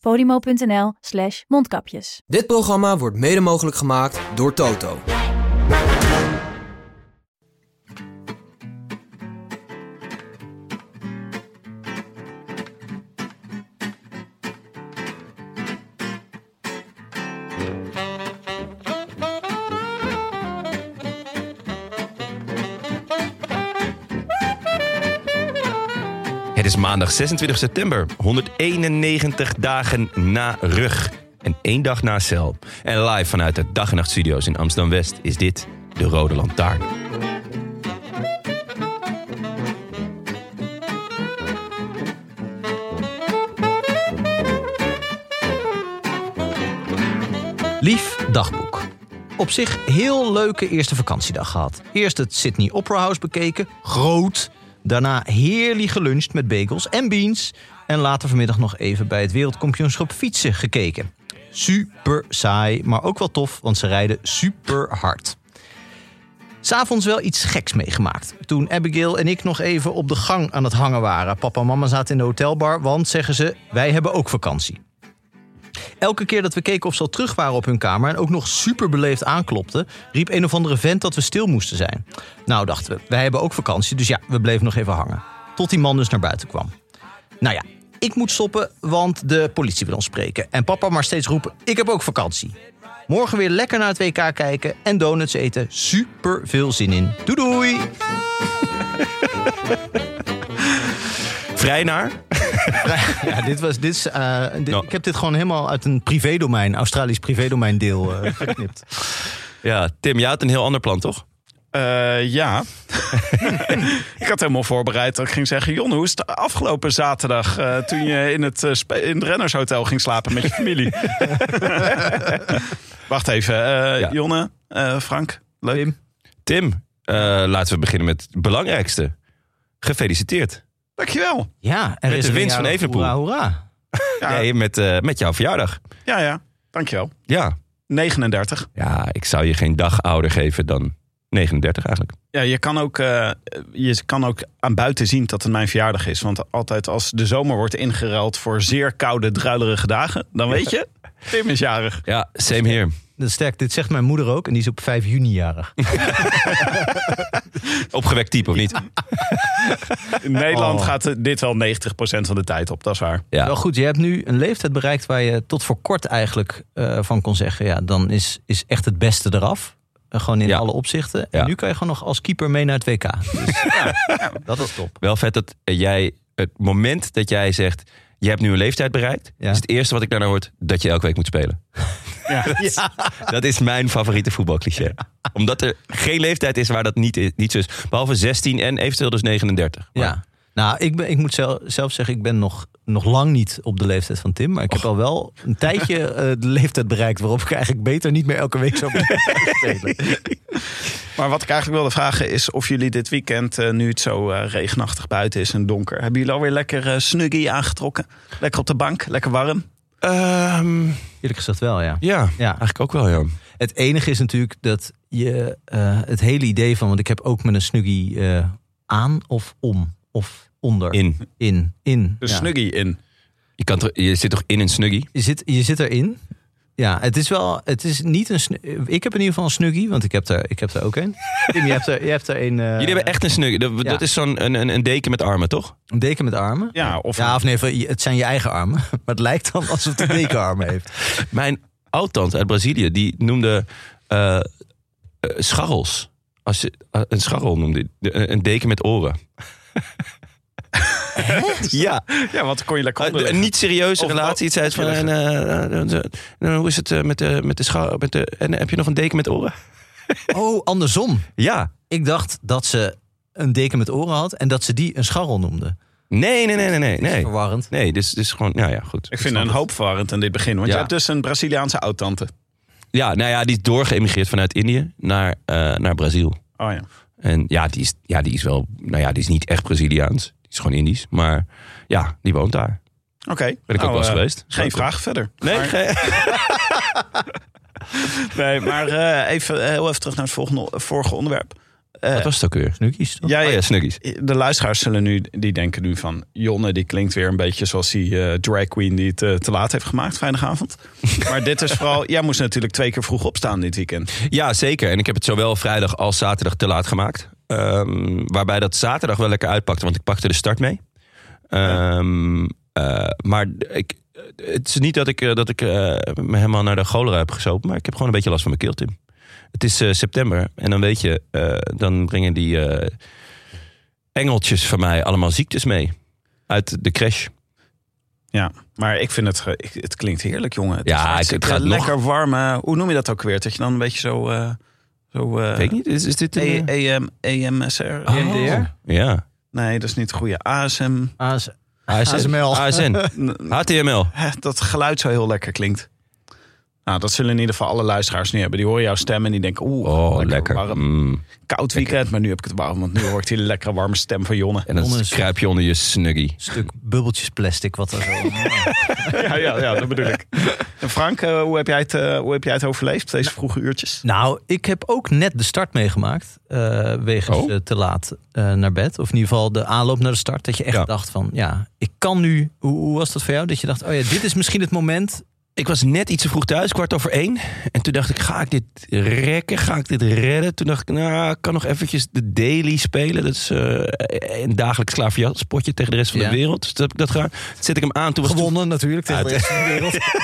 Podimo.nl slash mondkapjes. Dit programma wordt mede mogelijk gemaakt door Toto. Het is maandag 26 september, 191 dagen na rug en één dag na cel. En live vanuit de Dag en Nacht Studio's in Amsterdam-West is dit de Rode Lantaarn. Lief dagboek. Op zich heel leuke eerste vakantiedag gehad. Eerst het Sydney Opera House bekeken, groot. Daarna heerlijk geluncht met bagels en beans. En later vanmiddag nog even bij het wereldkampioenschap fietsen gekeken. Super saai, maar ook wel tof, want ze rijden super hard. S'avonds wel iets geks meegemaakt. Toen Abigail en ik nog even op de gang aan het hangen waren. Papa en mama zaten in de hotelbar, want zeggen ze, wij hebben ook vakantie. Elke keer dat we keken of ze al terug waren op hun kamer en ook nog super beleefd aanklopten, riep een of andere vent dat we stil moesten zijn. Nou, dachten we, wij hebben ook vakantie, dus ja, we bleven nog even hangen. Tot die man dus naar buiten kwam. Nou ja, ik moet stoppen, want de politie wil ons spreken. En papa maar steeds roepen: Ik heb ook vakantie. Morgen weer lekker naar het WK kijken en donuts eten. Super veel zin in. Doei doei! Vrij naar. Ja, dit was, dit is, eh, dit- Nou. Ik heb dit gewoon helemaal uit een privédomein, Australisch privédomein deel eh, geknipt. Ja, Tim, jij had een heel ander plan, toch? Eh, ja. ik had helemaal voorbereid dat ik ging zeggen... Jon, hoe is het afgelopen zaterdag... eh, toen je in het, eh, spe- in het Rennershotel ging slapen met je familie? Wacht even. eh, Ja. Jonne, eh, Frank, leuk. Tim, eh, laten we beginnen met het belangrijkste. Gefeliciteerd. Dankjewel. Ja, er Met is de een winst van jarig- Evenepoel. Hoera, hoera. Ja, Nee, met, eh, met jouw verjaardag. ja, ja. Dankjewel. Ja. 39. ja, ik zou je geen dag ouder geven dan 39 eigenlijk. Ja, je kan, ook, eh, je kan ook aan buiten zien dat het mijn verjaardag is. Want altijd als de zomer wordt ingeruild voor zeer koude, druilerige dagen... dan weet je, Tim is jarig. Ja, same here. Dat is sterk, dit zegt mijn moeder ook en die is op 5 juni jarig. Opgewekt type, of niet? In Nederland Oh. gaat eh, dit wel 90% van de tijd op, dat is waar. Ja. Wel goed, je hebt nu een leeftijd bereikt waar je tot voor kort eigenlijk eh, van kon zeggen... ja, dan is, is echt het beste eraf. Eh, gewoon in Ja. alle opzichten. Ja. En nu kan je gewoon nog als keeper mee naar het WK. Dus, ja, dat is top. Wel vet dat eh, jij, het moment dat jij zegt, je hebt nu een leeftijd bereikt, Ja. is het eerste wat ik daarna hoort dat je elke week moet spelen. Ja. Dat is mijn favoriete voetbalcliché. Omdat er geen leeftijd is waar dat niet, is- niet zo is. Behalve 16 en eventueel dus 39. Maar Ja. Nou, ik, ben, ik moet zelf, zelf zeggen, ik ben nog, nog lang niet op de leeftijd van Tim. Maar ik heb al wel een tijdje eh, de leeftijd bereikt waarop ik eigenlijk beter niet meer elke week zou moeten spelen. Maar wat ik eigenlijk wilde vragen is of jullie dit weekend, eh, nu het zo eh, regenachtig buiten is en donker, hebben jullie alweer lekker eh, snuggie aangetrokken? Lekker op de bank, lekker warm. Ehm, Eerlijk gezegd wel, ja. ja, Ja. eigenlijk ook wel, ja. Het enige is natuurlijk dat je eh, het hele idee van, want ik heb ook met een snuggie eh, aan of om of onder. In. In. in, Dus ja. snuggie in. Je, kan toch- je zit toch in een snuggie? Je zit, je zit erin. Ja, het is wel, het is niet een, snu- ik heb in ieder geval een snuggie, want ik heb er, ik heb er ook een. Tim, je hebt er, je hebt er een, eh, Jullie hebben echt een snuggie. Dat, dat is zo'n een, een- een deken met armen, toch? een deken met armen. Ja, of Ja, of nee, van- het zijn je eigen armen. Maar het lijkt dan alsof de dekenarmen heeft. Mijn oud-tante uit Brazilië, die noemde eh, eh, scharrels. Als je, eh, een scharrel noemde die. De- eh, Een deken met oren. ja, ja want dan kon je lekker Eh, onder. een niet serieuze Of- relatie. Iets zei ze van, Ja, en, eh, eh, eh, hoe is het eh, met de, met de schar? Met de, en heb je nog een deken met oren? Oh, andersom. Ja, Ik dacht dat ze een deken met oren had en dat ze die een scharrel noemde. Nee, nee, nee, nee, nee. nee. Verwarrend. Nee, dus, dus gewoon, nou ja, goed. Ik vind het een hoop verwarrend aan dit begin. Want Ja. je hebt dus een Braziliaanse oud-tante. Ja, nou ja, die is doorgeëmigreerd vanuit Indië naar, eh, naar Brazil. Oh ja. En ja die, is, ja, die is wel, nou ja, die is niet echt Braziliaans. Die is gewoon Indisch. Maar ja, die woont daar. Oké. Ben ik Nou, ook wel eens eh, geweest. Geen Leuk, vraag verder. Nee, Maar- ge- Nee, maar eh, even eh, heel even terug naar het volgende, vorige onderwerp. Eh, wat was het ook weer? Snuggies toch? jij, Oh ja, Snuggies. De luisteraars zullen nu, die denken nu van... Jonne, die klinkt weer een beetje zoals die eh, drag queen die het eh, te laat heeft gemaakt vrijdagavond. maar dit is vooral... Jij moest natuurlijk twee keer vroeg opstaan dit weekend. Ja, zeker. En ik heb het zowel vrijdag als zaterdag te laat gemaakt. Ehm, waarbij dat zaterdag wel lekker uitpakte, want ik pakte de start mee. Ehm, eh, maar ik, het is niet dat ik, eh, dat ik eh, me helemaal naar de cholera heb gezopen. Maar ik heb gewoon een beetje last van mijn keel, Tim. Het is eh, september en dan weet je, eh, dan brengen die eh, engeltjes van mij allemaal ziektes mee. Uit de crash. Ja, maar ik vind het... ge- ik- het klinkt heerlijk, jongen. Het Ja, is ik- het hartstikke gaat nog- lekker warm. eh, hoe noem je dat ook weer? Dat je dan een beetje zo... eh zo eh, Weet ik niet, is, is dit een... E- eh, Oh. EM, EMSR? EMDR? ja. Nee, dat is niet het goede. ASM. AS, ASN. ASML. ASN. N- HTML. hè, Dat geluid zo heel lekker klinkt. Nou, dat zullen in ieder geval alle luisteraars nu hebben. Die horen jouw stem en die denken, oeh, Oh, lekker. warm. Mm. Koud weekend, maar nu heb ik het warm. Want nu hoor ik die lekkere warme stem van Jonne. En dan Onder een kruip je onder je snuggie. stuk bubbeltjes plastic wat er zo... Ja, ja, ja, dat bedoel ik. En Frank, eh, hoe, heb jij het, eh, hoe heb jij het overleefd deze vroege uurtjes? Nou, ik heb ook net de start meegemaakt. eh, wegens Oh. eh, te laat eh, naar bed. Of in ieder geval de aanloop naar de start. Dat je echt Ja. dacht van, ja, ik kan nu... Hoe, hoe was dat voor jou? Dat je dacht, oh ja, dit is misschien het moment. Ik was net iets te vroeg thuis, kwart over één. En toen dacht ik, ga ik dit rekken? Ga ik dit redden? Toen dacht ik, nou, ik kan nog eventjes de daily spelen. Dat is eh, een dagelijks klaverjaspotje tegen de rest van Ja. de wereld. Dus dat heb ik dat gedaan. Toen zet ik hem aan. Toen was het natuurlijk. tegen de rest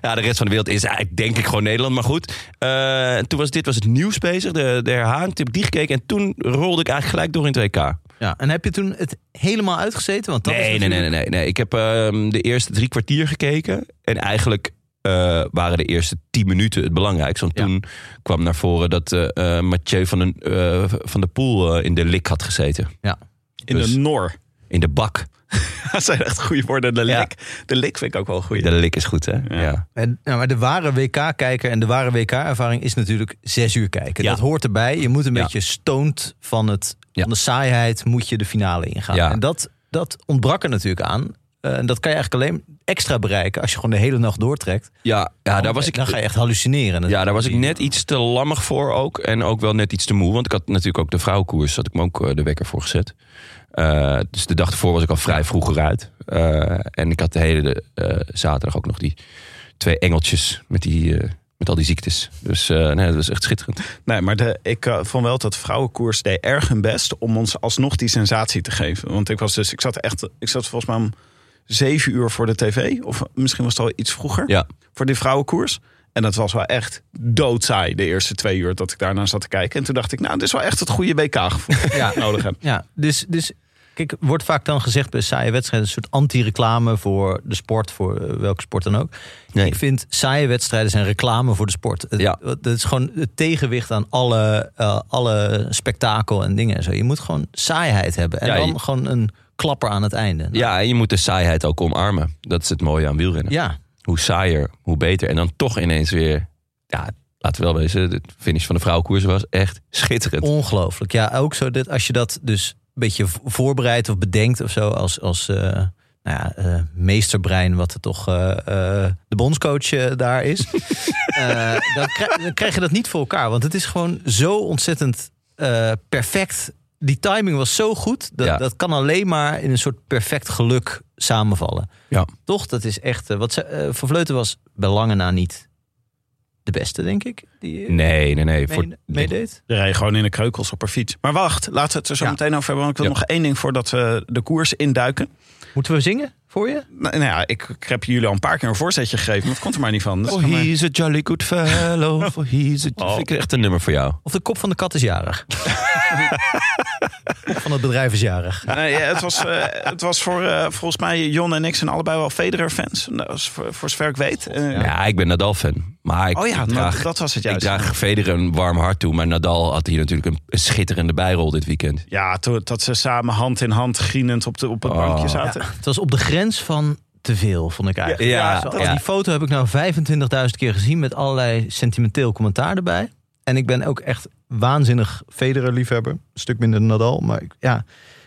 Ja, de rest van de wereld is eigenlijk denk ik gewoon Nederland, maar goed. Eh, en toen was dit was het nieuws bezig, de, de herhaling. Toen heb ik die gekeken en toen rolde ik eigenlijk gelijk door in het WK. Ja, en heb je toen het helemaal uitgezeten? Want dat is Nee, nee, nee, natuurlijk- nee, nee, nee. Ik heb ehm, de eerste drie kwartier gekeken. En eigenlijk eh, waren de eerste tien minuten het belangrijkste. Want Ja. toen kwam naar voren dat eh eh, Mathieu van, den, eh, van de Poel eh, in de lik had gezeten. In Dus- de Noor. In de bak. Dat zijn echt goede woorden. De Ja. lik. De lik vind ik ook wel een De goede. lik is goed, hè? Ja. ja. En, nou, maar de ware WK-kijker en de ware WK-ervaring is natuurlijk zes uur kijken. Ja. Dat hoort erbij. Je moet een Ja. beetje stoned van, het, Ja. van de saaiheid moet je de finale ingaan. Ja. En dat, dat ontbrak er natuurlijk aan. Eh, en dat kan je eigenlijk alleen extra bereiken als je gewoon de hele nacht doortrekt. Ja, daar was ik... Oh, eh, Dan ga je echt hallucineren. Ja, daar was ik net iets te lammig voor ook. En ook wel net iets te moe. Want ik had natuurlijk ook de vrouwenkoers. Had ik me ook eh, de wekker voor gezet. Eh, dus de dag ervoor was ik al vrij vroeg eruit. Eh, en ik had de hele eh, zaterdag ook nog die twee engeltjes met, die, eh, met al die ziektes. Dus eh, nee, dat was echt schitterend. Nee, maar de, ik eh, vond wel dat de vrouwenkoers deed erg hun best om ons alsnog die sensatie te geven. Want ik was dus, ik zat echt, ik zat volgens mij om zeven uur voor de tv. Of misschien was het al iets vroeger. Ja, voor die vrouwenkoers. En dat was wel echt doodzaai de eerste twee uur dat ik daarna zat te kijken. En toen dacht ik, nou, dit is wel echt het goede WK-gevoel dat Ja. ik nodig heb. Ja, dus, dus kijk, wordt vaak dan gezegd bij saaie wedstrijden... een soort anti-reclame voor de sport, voor eh, welke sport dan ook. Nee. Ik vind saaie wedstrijden zijn reclame voor de sport. Het- Ja. Dat is gewoon het tegenwicht aan alle, eh, alle spektakel en dingen. en Zo. Je moet gewoon saaiheid hebben. En Ja, dan je- gewoon een klapper aan het einde. Nou, ja en je moet de saaiheid ook omarmen. Dat is het mooie aan wielrennen. ja. Hoe saaier, hoe beter. En dan toch ineens weer... Ja, laten we wel wezen, de finish van de vrouwenkoers was echt schitterend. Ongelooflijk. Ja, ook zo dat als je dat dus een beetje v- voorbereidt of bedenkt of zo als, als eh, nou ja, eh, meesterbrein, wat er toch eh, eh, de bondscoach eh, daar is. Eh, dan, krij- dan krijg je dat niet voor elkaar. Want het is gewoon zo ontzettend eh, perfect. Die timing was zo goed. Dat, Ja. dat kan alleen maar in een soort perfect geluk samenvallen. Ja. Toch? Dat is echt. eh, wat ze, eh, Van Vleuten was bij lange na niet de beste, denk ik. Die eh, Nee, nee, nee. Voor, mee- meedeed. Je reed gewoon in de kreukels op haar fiets. Maar wacht, laten we het er zo Ja. meteen over hebben. Want ik wil Ja. nog één ding voordat we de koers induiken. Moeten we zingen? voor je? Nou, nou ja, ik, ik heb jullie al een paar keer een voorzetje gegeven, maar het komt er maar niet van. Dus Oh, ga maar- he's a jolly good fellow. Oh, he's a... Vind ik echt een nummer voor jou. Of de kop van de kat is jarig. kop van het bedrijf is jarig. Nee, ja, het, was, eh, het was voor eh, volgens mij Jon en ik zijn allebei wel Federer-fans. Nou, dat is voor, voor zover ik weet. Eh, Ja, ik ben Nadal-fan. Maar ik, Oh ja, ik dat- draag, dat was het ik juist. draag Federer een warm hart toe. Maar Nadal had hier natuurlijk een, een schitterende bijrol dit weekend. Ja, toen, dat ze samen hand in hand grienend op, de, op het Oh. bankje zaten. Het was op de grens van te veel, vond ik eigenlijk. Ja, Zo, dat- als Die foto heb ik nou 25.000 keer gezien met allerlei sentimenteel commentaar erbij. En ik ben ook echt waanzinnig Federer-liefhebber. Een stuk minder dan Nadal, maar ik, ja...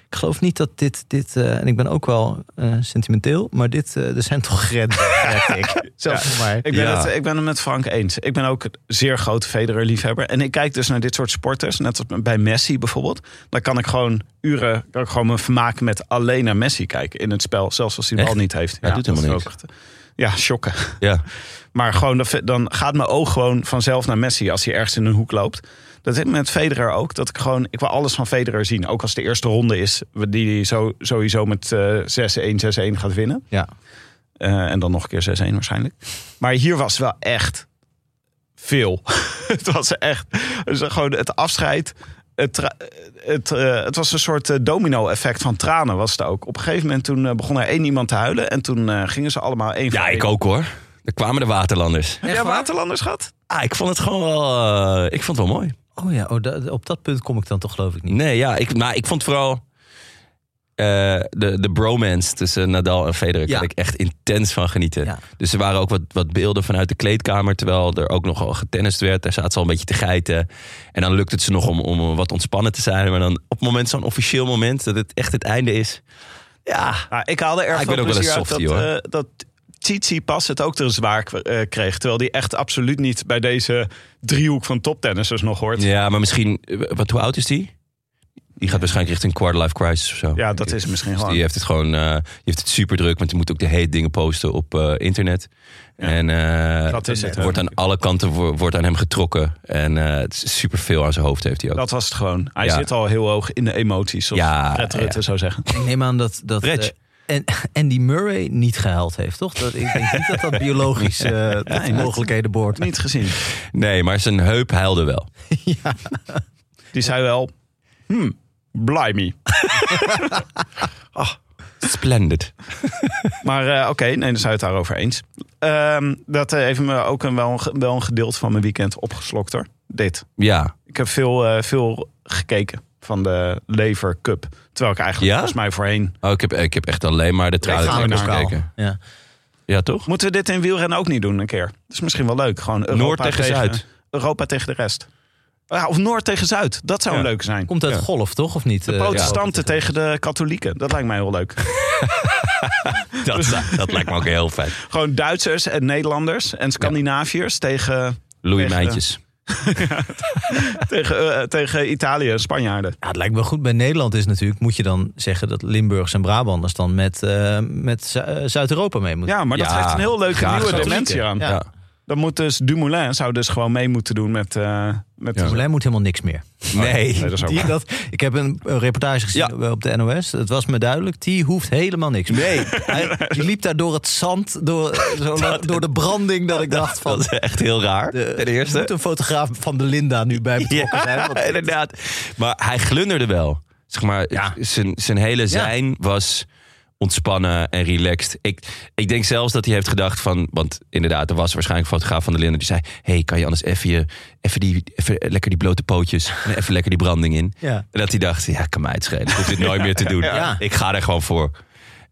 Ik geloof niet dat dit... dit eh, en ik ben ook wel eh, sentimenteel, maar dit, eh, er zijn toch grenzen, merk ik. Zelfs voor mij. Ik ben, Ja. het, ik ben het met Frank eens. Ik ben ook een zeer groot Federer-liefhebber. En ik kijk dus naar dit soort sporters. Net als bij Messi bijvoorbeeld. Dan kan ik gewoon uren kan ik gewoon me vermaken met alleen naar Messi kijken in het spel. Zelfs als hij de bal Echt? niet heeft. Hij doet dat helemaal is ook- Ja, shocken. Ja. Maar gewoon, dat- dan gaat mijn oog gewoon vanzelf naar Messi als hij ergens in een hoek loopt. Dat heb ik met Federer ook. Dat ik gewoon, ik wil alles van Federer zien. Ook als de eerste ronde is, die hij zo, sowieso met eh 6-1, 6-1 gaat winnen. Ja. Eh, en dan nog een keer 6-1 waarschijnlijk. Maar hier was wel echt veel. het was echt dus gewoon het afscheid. Het, tra- het, eh, het was een soort eh, domino-effect van tranen was het ook. Op een gegeven moment toen eh, begon er één iemand te huilen. En toen eh, gingen ze allemaal één voor ja, ik één. ook hoor. Er kwamen de Waterlanders. Heb jij Waterlanders gehad? Ah, ik vond het gewoon wel... eh, ik vond het wel mooi. Oh ja, oh, da- op dat punt kom ik dan toch geloof ik niet. Nee, ja, ik, maar ik vond vooral... eh, de, de bromance tussen Nadal en Federer Ja. kan ik echt intens van genieten. Ja. Dus er waren ook wat, wat beelden vanuit de kleedkamer. Terwijl er ook nogal getennist werd. Daar zaten ze al een beetje te geiten. En dan lukt het ze nog om, om wat ontspannen te zijn. Maar dan op het moment, zo'n officieel moment, dat het echt het einde is. Ja, Nou, ik haalde erg Ah, ik veel ben ook wel plezier een uit softie, dat, hoor. eh, dat Tsitsi Pas het ook te zwaar k- eh, kreeg. Terwijl die echt absoluut niet bij deze driehoek van toptennissers nog hoort. Ja, ja maar misschien... eh, Wat, hoe oud is die? Die gaat waarschijnlijk richting quarterlife crisis of zo. dat is misschien Dus gewoon. die heeft het gewoon eh, die heeft het super druk, want die moet ook de hete dingen posten op eh, internet. En eh, Dat is het, hè. wordt aan alle kanten wo- wordt aan hem getrokken. En eh, het is super veel aan zijn hoofd heeft hij ook. Dat was het gewoon. Hij Ja. zit al heel hoog in de emoties, zoals Ja, Fred Rutte ja. zou zeggen. Ik neem aan dat, dat Reg. eh, en, Andy Murray niet gehuild heeft, toch? Dat, ik denk niet dat dat biologisch eh, tot mogelijkheden boort. Niet gezien. Nee, maar zijn heup huilde wel. Die zei wel, hmm, blimey. Splendid. Maar eh, oké, nee, dan zijn we het daarover eens. Ehm, dat eh, heeft me ook een, wel, een, ge- wel een gedeelte van mijn weekend opgeslokt hoor. Dit. Ja, Ik heb veel, eh, veel gekeken van de Lever Cup. Terwijl ik eigenlijk Ja? volgens mij voorheen... oh, ik, heb, ik heb echt alleen maar de Reclame tranen bokaal. gekeken. dus Ja. Ja, toch? Moeten we dit in wielrennen ook niet doen een keer? Dat is misschien wel leuk. Gewoon Europa Noord tegen Zuid. Europa tegen de rest. Ja, of Noord tegen Zuid. Dat zou Ja. leuk zijn. Komt uit golf, toch? Of niet? de Eh, protestanten ja. tegen de katholieken. Dat lijkt mij heel leuk. Dat, dat lijkt me ook heel fijn. Gewoon Duitsers en Nederlanders en Scandinaviërs tegen, Louis Echt, eh, Mijntjes. tegen, eh, tegen Italië en Spanjaarden. Ja, het lijkt me goed. Bij Nederland is natuurlijk, moet je dan zeggen dat Limburgs en Brabanders dan met, eh, met Zu- eh, Zuid-Europa mee moeten. Ja, maar dat Ja, geeft een heel leuke graag nieuwe katholieken. dimensie aan. Ja. Ja. Dan moet dus Dumoulin zou dus gewoon mee moeten doen met... eh, met Ja. Berlijn Dus moet helemaal niks meer. Nee. Oh, Nee, dat is ook Die, waar. dat, ik heb een, een reportage gezien op de NOS. Het was me duidelijk. Die hoeft helemaal niks meer. Nee. Hij, die liep daar door het zand, door, zo, door de branding, dat ik dacht van... Dat is echt heel raar. Ten Er eerste. moet een fotograaf van Belinda nu bij betrokken zijn. want- Ja, inderdaad. Maar hij glunderde wel. Zeg maar, zijn, zijn hele zijn was ontspannen en relaxed. Ik, ik denk zelfs dat hij heeft gedacht van... Want inderdaad, er was waarschijnlijk een fotograaf van de Linden... die zei, hey, kan je anders even, je, even, die, even lekker die blote pootjes... en even lekker die branding in? Ja. En dat hij dacht, ja, kan mij het schelen. Ik hoef dit nooit meer te doen. Ja. Ik ga er gewoon voor.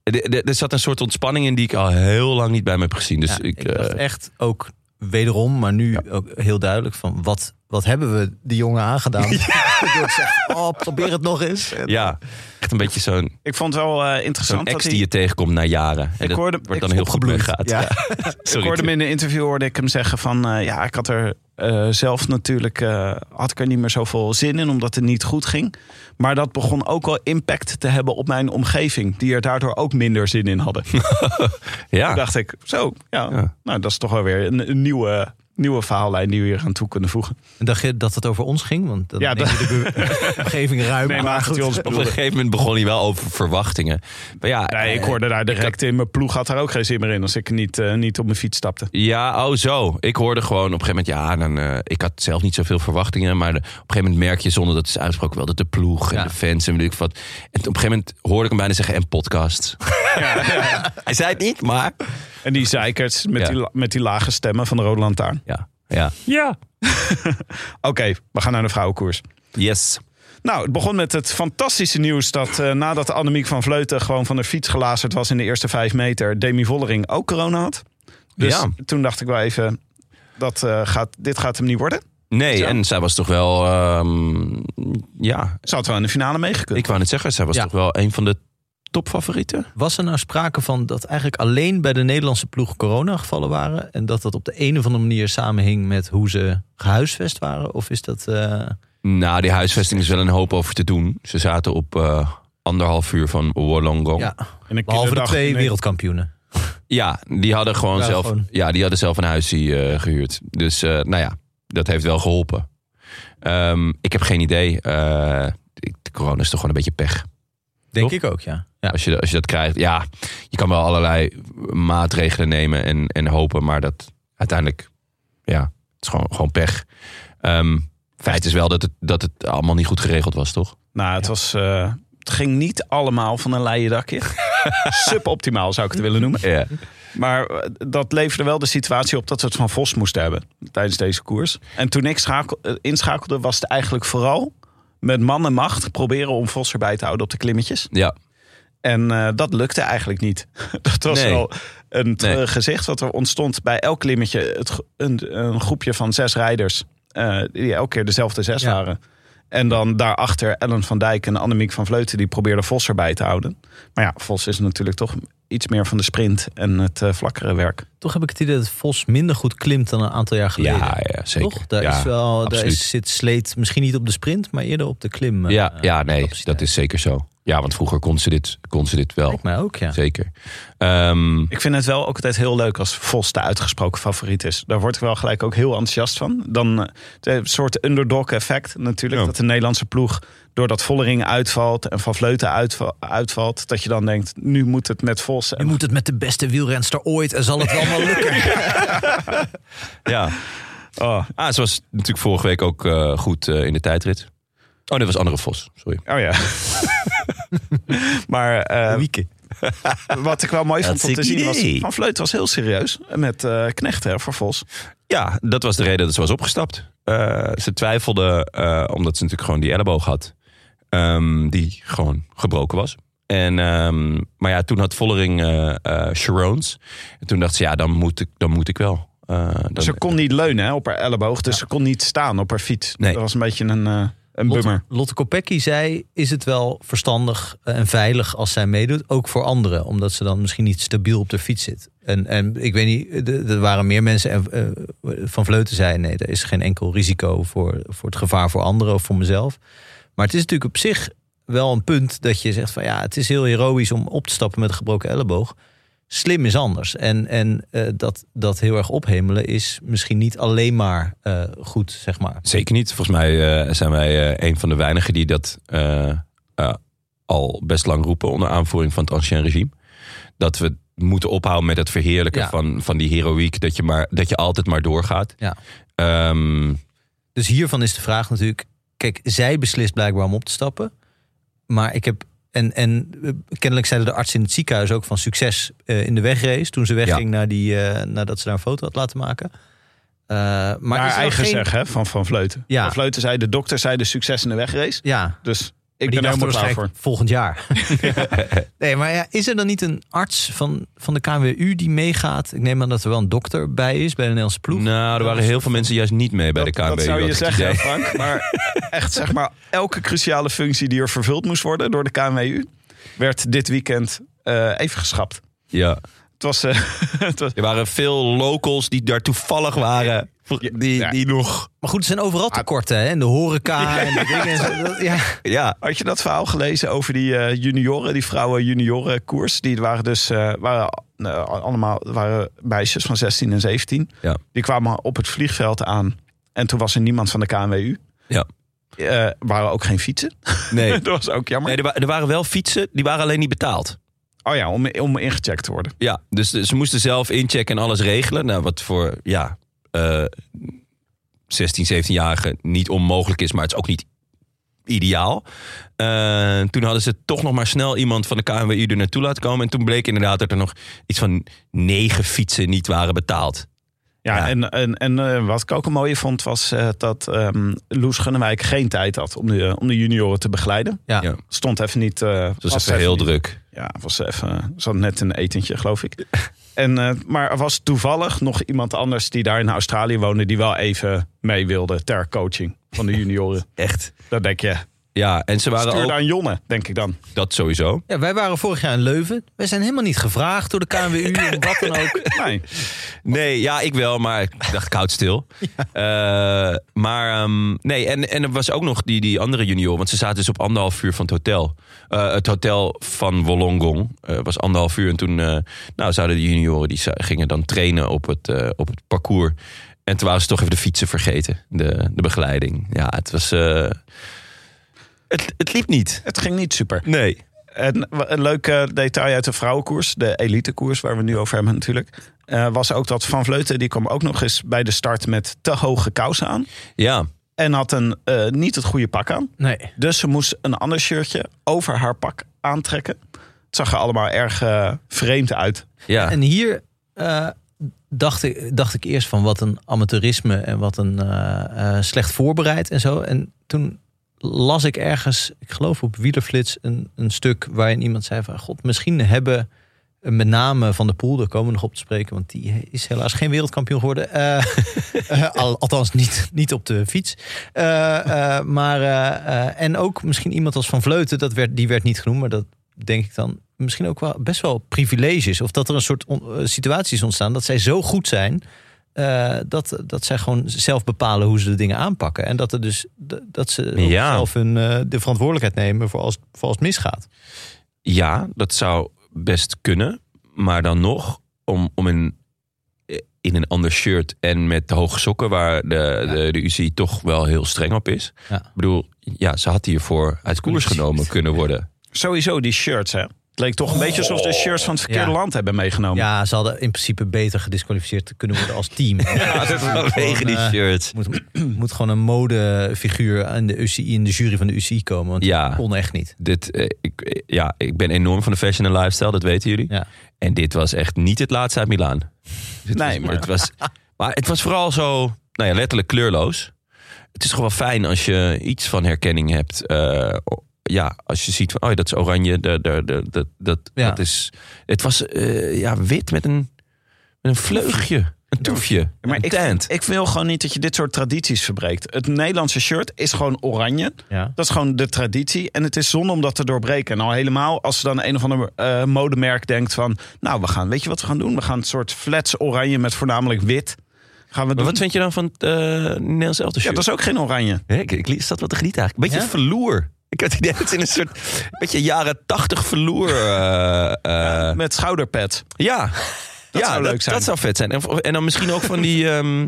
Er- Er er zat een soort ontspanning in die ik al heel lang niet bij me heb gezien. Dus Ja, ik, ik, dacht eh, echt ook wederom, maar nu ook heel duidelijk van wat, wat hebben we die jongen aangedaan? Door te zeggen, oh, probeer het nog eens. En- ja, echt een beetje zo'n... Ik vond het wel eh, Zo'n interessant dat ex hij... die je tegenkomt na jaren. En Ik dat hoorde- wordt ik dan heel goed opgebloeid. meegaat. Ja. Sorry. ik hoorde hem in een interview hoorde ik hem zeggen van eh, ja, ik had er eh, zelf natuurlijk eh, had ik er niet meer zoveel zin in, omdat het niet goed ging. Maar dat begon ook wel impact te hebben op mijn omgeving, die er daardoor ook minder zin in hadden. Toen Ja. dacht ik, zo, ja, Ja. nou dat is toch wel weer een, een nieuwe nieuwe verhaallijn die we hier aan toe kunnen voegen. En dacht je dat het over ons ging? Want dan Ja, neem je de be- omgeving ruim. Nee, maar dat hij ons Op een bedoelde. gegeven moment begon hij wel over verwachtingen. Maar ja, Nee, ik eh, hoorde daar direct in. Mijn ploeg had daar ook geen zin meer in als ik niet, eh, niet op mijn fiets stapte. Ja, oh zo. Ik hoorde gewoon op een gegeven moment... Ja, dan, eh, ik had zelf niet zoveel verwachtingen. Maar de- op een gegeven moment merk je zonder dat het is uitgesproken... wel dat de ploeg en Ja. de fans en weet ik wat... En op een gegeven moment hoorde ik hem bijna zeggen... en podcast. Hij zei het niet, maar... En die zeikerts met, Ja. die, la- met die lage stemmen van de Rode Lantaarn. Ja, ja. Ja. Oké, we gaan naar de vrouwenkoers. Yes. Nou, het begon met het fantastische nieuws dat eh, nadat Annemiek van Vleuten gewoon van haar fiets gelazerd was in de eerste vijf meter, Demi Vollering ook corona had. Dus Ja. toen dacht ik wel even, dat, eh, gaat, dit gaat hem niet worden. Nee, Zo. en zij was toch wel... ehm, ja, Ze had wel in de finale meegekund. ik wou net zeggen... Zij was Ja. toch wel een van de topfavorieten? Was er nou sprake van dat eigenlijk alleen bij de Nederlandse ploeg corona-gevallen waren? En dat dat op de een of andere manier samenhing met hoe ze gehuisvest waren? Of is dat. eh, Nou, die huisvesting is wel een hoop over te doen. Ze zaten op eh, anderhalf uur van Wollongong. ja, In behalve de een kinderdag- twee nee. wereldkampioenen. Ja, die hadden gewoon Ja, zelf, gewoon. Ja, die hadden zelf een huisje eh, gehuurd. Dus eh, nou ja, dat heeft wel geholpen. Ehm, ik heb geen idee. Eh, ik- de corona is toch gewoon een beetje pech. Denk Toch? ik ook, ja. ja. Als je, als je dat krijgt, ja, je kan wel allerlei maatregelen nemen en, en hopen, maar dat uiteindelijk, ja, het is gewoon, gewoon pech. Ehm, feit is wel dat het, dat het allemaal niet goed geregeld was, toch? Nou, het, was, eh, het ging niet allemaal van een leien dakje. Suboptimaal zou ik het willen noemen. Ja. Maar eh, dat leverde wel de situatie op dat we het van Vos moesten hebben tijdens deze koers. En toen ik schakel- eh, inschakelde, was het eigenlijk vooral met man en macht proberen om Vos erbij te houden op de klimmetjes. ja. En eh, dat lukte eigenlijk niet. dat was Nee. wel een treurig Nee. gezicht wat er ontstond bij elk klimmetje. Het, gro- een, een groepje van zes rijders eh, die elke keer dezelfde zes Ja. waren. En dan daarachter Ellen van Dijk en Annemiek van Vleuten... die probeerden Vos erbij te houden. Maar ja, Vos is natuurlijk toch iets meer van de sprint en het eh, vlakkere werk. Toch heb ik het idee dat Vos minder goed klimt dan een aantal jaar geleden. ja, ja, zeker. Toch? Daar, ja. is wel, daar absoluut. is, zit Sleet misschien niet op de sprint, maar eerder op de klim. eh, Ja, ja, nee, capaciteit. dat is zeker zo. Ja, want vroeger kon ze dit, kon ze dit wel. Lijkt mij ook, ja. Zeker. Ehm, Ik vind het wel ook altijd heel leuk als Vos de uitgesproken favoriet is. Daar word ik wel gelijk ook heel enthousiast van. Dan eh, een soort underdog effect natuurlijk. Ja. Dat de Nederlandse ploeg doordat Vollering uitvalt en Van Vleuten uitva- uitvalt. Dat je dan denkt, nu moet het met Vos. Je En moet het met de beste wielrenster ooit en zal het wel wel lukken. ja. Oh, Ah, ze was natuurlijk vorige week ook eh, goed eh, in de tijdrit. Oh, dit was andere Vos. Sorry. oh ja. maar eh, Wieke. wat ik wel mooi Dat vond om is te een zien was... idee. Van Vleuten was heel serieus met eh Knechten hè, voor Vos. Ja, dat was de reden dat ze was opgestapt. Eh, ze twijfelde eh, omdat ze natuurlijk gewoon die elleboog had. ehm, die gewoon gebroken was. En, ehm, maar ja, toen had Vollering eh eh, Sharones. En toen dacht ze, ja, dan moet ik, dan moet ik wel. Eh, dan- Ze kon niet leunen hè, op haar elleboog. Dus ze kon niet staan op haar fiets. Nee. Dat was een beetje een, eh, een bummer. Lotte, Lotte Kopecky zei, is het wel verstandig eh, en veilig als zij meedoet? Ook voor anderen, omdat ze dan misschien niet stabiel op de fiets zit. En, en ik weet niet, er er waren meer mensen. En, eh, van Vleuten zei, nee, er is geen enkel risico voor, voor het gevaar voor anderen of voor mezelf. Maar het is natuurlijk op zich wel een punt dat je zegt van ja, het is heel heroïs om op te stappen met een gebroken elleboog. Slim is anders. En, en eh, dat, dat heel erg ophemelen is misschien niet alleen maar eh, goed, zeg maar. Zeker niet. Volgens mij eh, zijn wij eh, een van de weinigen die dat eh, eh, al best lang roepen onder aanvoering van het ancien regime. Dat we moeten ophouden met het verheerlijken Ja. van, van die heroïek. Dat je, maar, dat je altijd maar doorgaat. Ja. Ehm, Dus hiervan is de vraag natuurlijk: kijk, zij beslist blijkbaar om op te stappen. Maar ik heb. En, en eh, kennelijk zeiden de artsen in het ziekenhuis ook van succes eh, in de wegrace. toen ze wegging naar die, eh, nadat ze daar een foto had laten maken. Eh, maar Maar is er haar ook eigen geen- zeggen hè, van Van Vleuten. Ja. Van Vleuten zei, de dokter zei de succes in de wegrace. Ja, Dus Ik ik ben ben er helemaal klaar voor. waarschijnlijk volgend jaar. nee, maar ja, is er dan niet een arts van, van de KWU die meegaat? Ik neem aan dat er wel een dokter bij is bij de Nederlandse ploeg. nou, er waren heel veel mensen juist niet mee bij de KNB. dat zou je zeggen, Frank. Maar echt, zeg maar, elke cruciale functie die er vervuld moest worden door de KNWU... werd dit weekend eh, even geschrapt. Ja. Het was, eh, het was Er waren veel locals die daar toevallig waren. Die, Ja. die eh, nog... Ah. Maar goed, er zijn overal tekorten. Hè? In de horeca en de dingen. en zo. Dat- Ja. Ja, Had je dat verhaal gelezen over die eh, junioren, die vrouwen junioren koers? Die waren dus eh, waren nou, allemaal waren meisjes van 16 en 17. Ja. Die kwamen op het vliegveld aan. En toen was er niemand van de KNWU. Ja. Eh, waren ook geen fietsen. Nee. dat was ook jammer. nee er, wa- er waren wel fietsen, die waren alleen niet betaald. Oh ja, om, om ingecheckt te worden. Ja, dus eh, ze moesten zelf inchecken en alles regelen. Nou, wat voor, ja, eh 16, 17-jarigen niet onmogelijk is, maar het is ook niet ideaal. Eh, toen hadden ze toch nog maar snel iemand van de KNWU er naartoe laten komen. En toen bleek inderdaad dat er nog iets van negen fietsen niet waren betaald. Ja, Ja. en, en, en eh, wat ik ook een mooie vond was eh, dat ehm, Loes Gunnewijk geen tijd had om de, om de junioren te begeleiden. Ja. Ja. Stond even niet. eh, Dus dat was is heel even niet- druk. Ja, was even, zat net een etentje, geloof ik. En, eh, maar er was toevallig nog iemand anders die daar in Australië woonde, die wel even mee wilde ter coaching van de junioren. Echt. Dan denk je, Ja, en ze waren stuur ook... daar een Jonne, denk ik dan. Dat sowieso. Ja, wij waren vorig jaar in Leuven. Wij zijn helemaal niet gevraagd door de KNWU of wat dan ook. Nee, Nee, ja, ik wel, maar ik dacht koud stil. Eh, maar ehm, nee, en, en er was ook nog die, die andere junior, want ze zaten dus op anderhalf uur van het hotel. Eh, het hotel van Wollongong eh, was anderhalf uur. En toen eh, nou, zouden de junioren, die za- gingen dan trainen op het, eh, op het parcours. En toen waren ze toch even de fietsen vergeten, de, de begeleiding. Ja, het was... eh, het, het liep niet. het ging niet super. Nee. En w- een leuk eh, detail uit de vrouwenkoers, de elitekoers waar we het nu over hebben natuurlijk, eh, was ook dat Van Vleuten die kwam ook nog eens bij de start met te hoge kousen aan Ja, en had een eh, niet het goede pak aan. Nee. Dus ze moest een ander shirtje over haar pak aantrekken. Het zag er allemaal erg eh, vreemd uit. ja. En hier eh, dacht, ik, dacht ik eerst van wat een amateurisme en wat een eh, eh, slecht voorbereid en zo. En toen las ik ergens, ik geloof op Wielerflits, een, een stuk waarin iemand zei van... God, misschien hebben eh, met name Van de Poel, daar komen we nog op te spreken... want die is helaas geen wereldkampioen geworden. Eh, eh, al- althans, niet, niet op de fiets. Eh, eh, maar, eh, eh, en ook misschien iemand als Van Vleuten, dat werd, die werd niet genoemd... maar dat denk ik dan misschien ook wel best wel privileges. Of dat er een soort on- eh, situaties ontstaan dat zij zo goed zijn. eh, dat, dat zij gewoon zelf bepalen hoe ze de dingen aanpakken. En dat, er dus, d- dat ze ook Ja. zelf hun, eh, de verantwoordelijkheid nemen voor als, voor als het misgaat. Ja, dat zou best kunnen. Maar dan nog, om, om in, in een ander shirt en met de hoge sokken... waar de, de, de UCI toch wel heel streng op is. Ja. Ik bedoel, ja, ze had hiervoor uit koers genomen kunnen worden. Sowieso die shirts, hè? Het leek toch een beetje alsof ze de shirts van het verkeerde Ja. land hebben meegenomen. Ja, ze hadden in principe beter gedisqualificeerd kunnen worden als team. Ja, vanwege die eh, shirts. moet, moet gewoon een modefiguur aan de UCI, in de jury van de UCI komen. Want Ja. die kon echt niet. Dit, eh, ik, eh, ja, ik ben enorm van de fashion en lifestyle, dat weten jullie. Ja. En dit was echt niet het laatste uit Milaan. Dus Het Nee, was, maar- Het was, maar het was vooral zo, nou ja, letterlijk kleurloos. Het is gewoon wel fijn als je iets van herkenning hebt. eh, o- ja, als je ziet van, oh ja, dat is oranje. Dat, dat, dat, dat, dat- Ja. dat is, het was eh, ja, wit met een, met een vleugje. Een toefje. Maar een ik, tent. ik wil gewoon niet dat je dit soort tradities verbreekt. Het Nederlandse shirt is gewoon oranje. Ja. Dat is gewoon de traditie. En het is zonde om dat te doorbreken. En al helemaal als ze dan een of ander eh, modemerk denkt van... Nou, we gaan, weet je wat we gaan doen? We gaan een soort flats oranje met voornamelijk wit. Gaan we Maar doen. wat vind je dan van het eh Nederlands elftal ja, shirt? dat is ook geen oranje. Hè, ik, ik zat wat te genieten eigenlijk. Beetje Ja? verloer. Ik had het idee dat het in een soort beetje jaren tachtig verloer. eh, eh, ja. Met schouderpad. ja. zou leuk dat, zijn. dat zou vet zijn. En, en dan misschien ook van die, ehm,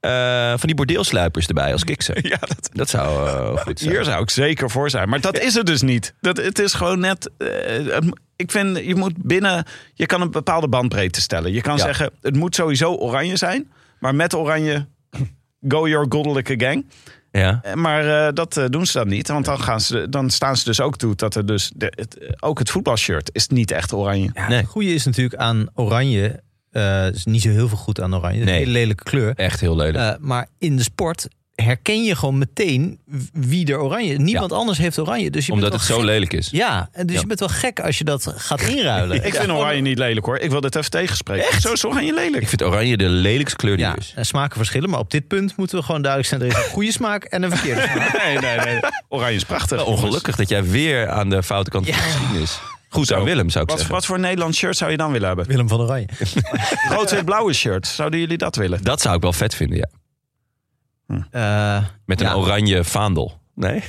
eh, van die bordeelsluipers erbij als kiksen. Ja, dat, Dat zou eh, goed zijn. Hier zou ik zeker voor zijn. Maar dat is het dus niet. Dat, het is gewoon net. eh, het mo- ik vind, je moet binnen. Je kan een bepaalde bandbreedte stellen. Je kan Ja. zeggen, het moet sowieso oranje zijn. Maar met oranje. Go your goddelijke gang. Ja. Eh, Maar eh, dat eh, doen ze dan niet. Want dan, gaan ze, dan staan ze dus ook toe dat er dus. De, het, eh, ook het voetbalshirt is niet echt oranje. Ja, Nee. Het goede is natuurlijk aan oranje. eh, is niet zo heel veel goed aan oranje. Het is Nee. Een hele lelijke kleur. Echt heel lelijk. Eh, maar in de sport herken je gewoon meteen wie er oranje. Niemand anders heeft oranje. Dus je Omdat bent het wel zo gek. lelijk is. Ja, en dus Ja. je bent wel gek als je dat gaat inruilen. Ik vind oranje niet lelijk hoor. Ik wil dit even tegenspreken. Zo is oranje lelijk. Ik vind oranje de lelijkste kleur die Ja, er is. en smaken verschillen, maar op dit punt moeten we gewoon duidelijk zijn: er is een goede smaak en een verkeerde smaak. Nee, nee, nee. Oranje is prachtig. Wel Ongelukkig dat jij weer aan de foute kant van de geschiedenis. Goed aan Willem, zou ik Wat, zeggen. wat voor Nederlands shirt zou je dan willen hebben? Willem van Oranje. Grote blauwe shirt. Zouden jullie dat willen? Dat zou ik wel vet vinden, ja. Eh, Met een Ja. oranje vaandel. Nee?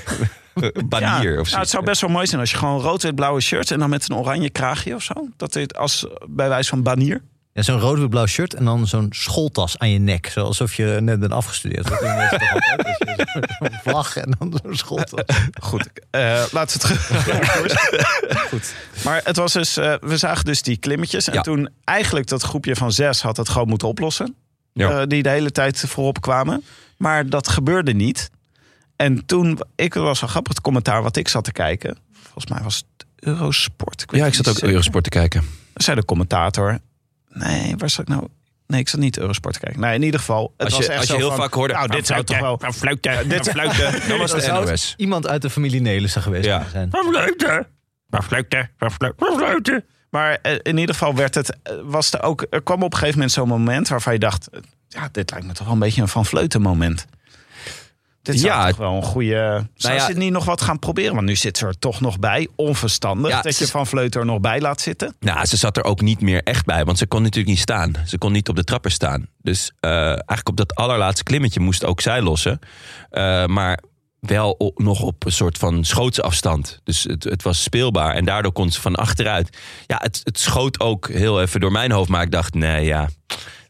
eh, banier of zo. nou, het zou best wel mooi zijn als je gewoon rood-wit-blauwe shirt en dan met een oranje kraagje of zo. Dat dit als bij wijze van banier. Ja, zo'n rood-wit-blauw shirt en dan zo'n schooltas aan je nek. Zo alsof je net bent afgestudeerd. Dat doen mensen toch altijd? Dat je Zo'n vlag en dan zo'n schooltas. Goed, eh, laten we het. Goed. Maar het was dus, eh, we zagen dus die klimmetjes. En Ja. toen eigenlijk dat groepje van zes had het gewoon moeten oplossen. Ja. Eh, die de hele tijd voorop kwamen. Maar dat gebeurde niet. En toen, ik was wel grappig het commentaar wat ik zat te kijken. Volgens mij was het Eurosport. weet ja, ik het zat ook oh niet zeker. Eurosport te kijken. zei de commentator. Nee, waar zat ik nou? Nee, ik zat niet Eurosport te kijken. Nou, in ieder geval. Het Als je- was echt als je zo heel van, vaak hoorde, Nou, dit zou toch wel. Een fluiten, dit fluiten. Dat was Dan de zou het NOS. Iemand uit de familie Nelissen geweest Ja. kunnen zijn. Maar eh, in ieder geval werd het. eh, Was er, ook, er kwam op een gegeven moment zo'n moment waarvan je dacht. eh, Ja, dit lijkt me toch wel een beetje een van Vleuten moment. Dit zou Ja. Nou toch wel een goede. Zou ja. ze het niet nog wat gaan proberen? Want nu zit ze er toch nog bij. Onverstandig Ja, dat ze- je van Vleuten er nog bij laat zitten. Nou, ze zat er ook niet meer echt bij, want ze kon natuurlijk niet staan. Ze kon niet op de trapper staan. Dus eh, eigenlijk op dat allerlaatste klimmetje moest ook zij lossen. Eh, maar wel o- nog op een soort van schootsafstand. Dus het, het was speelbaar en daardoor kon ze van achteruit. Ja, het, het schoot ook heel even door mijn hoofd, maar ik dacht, nee ja,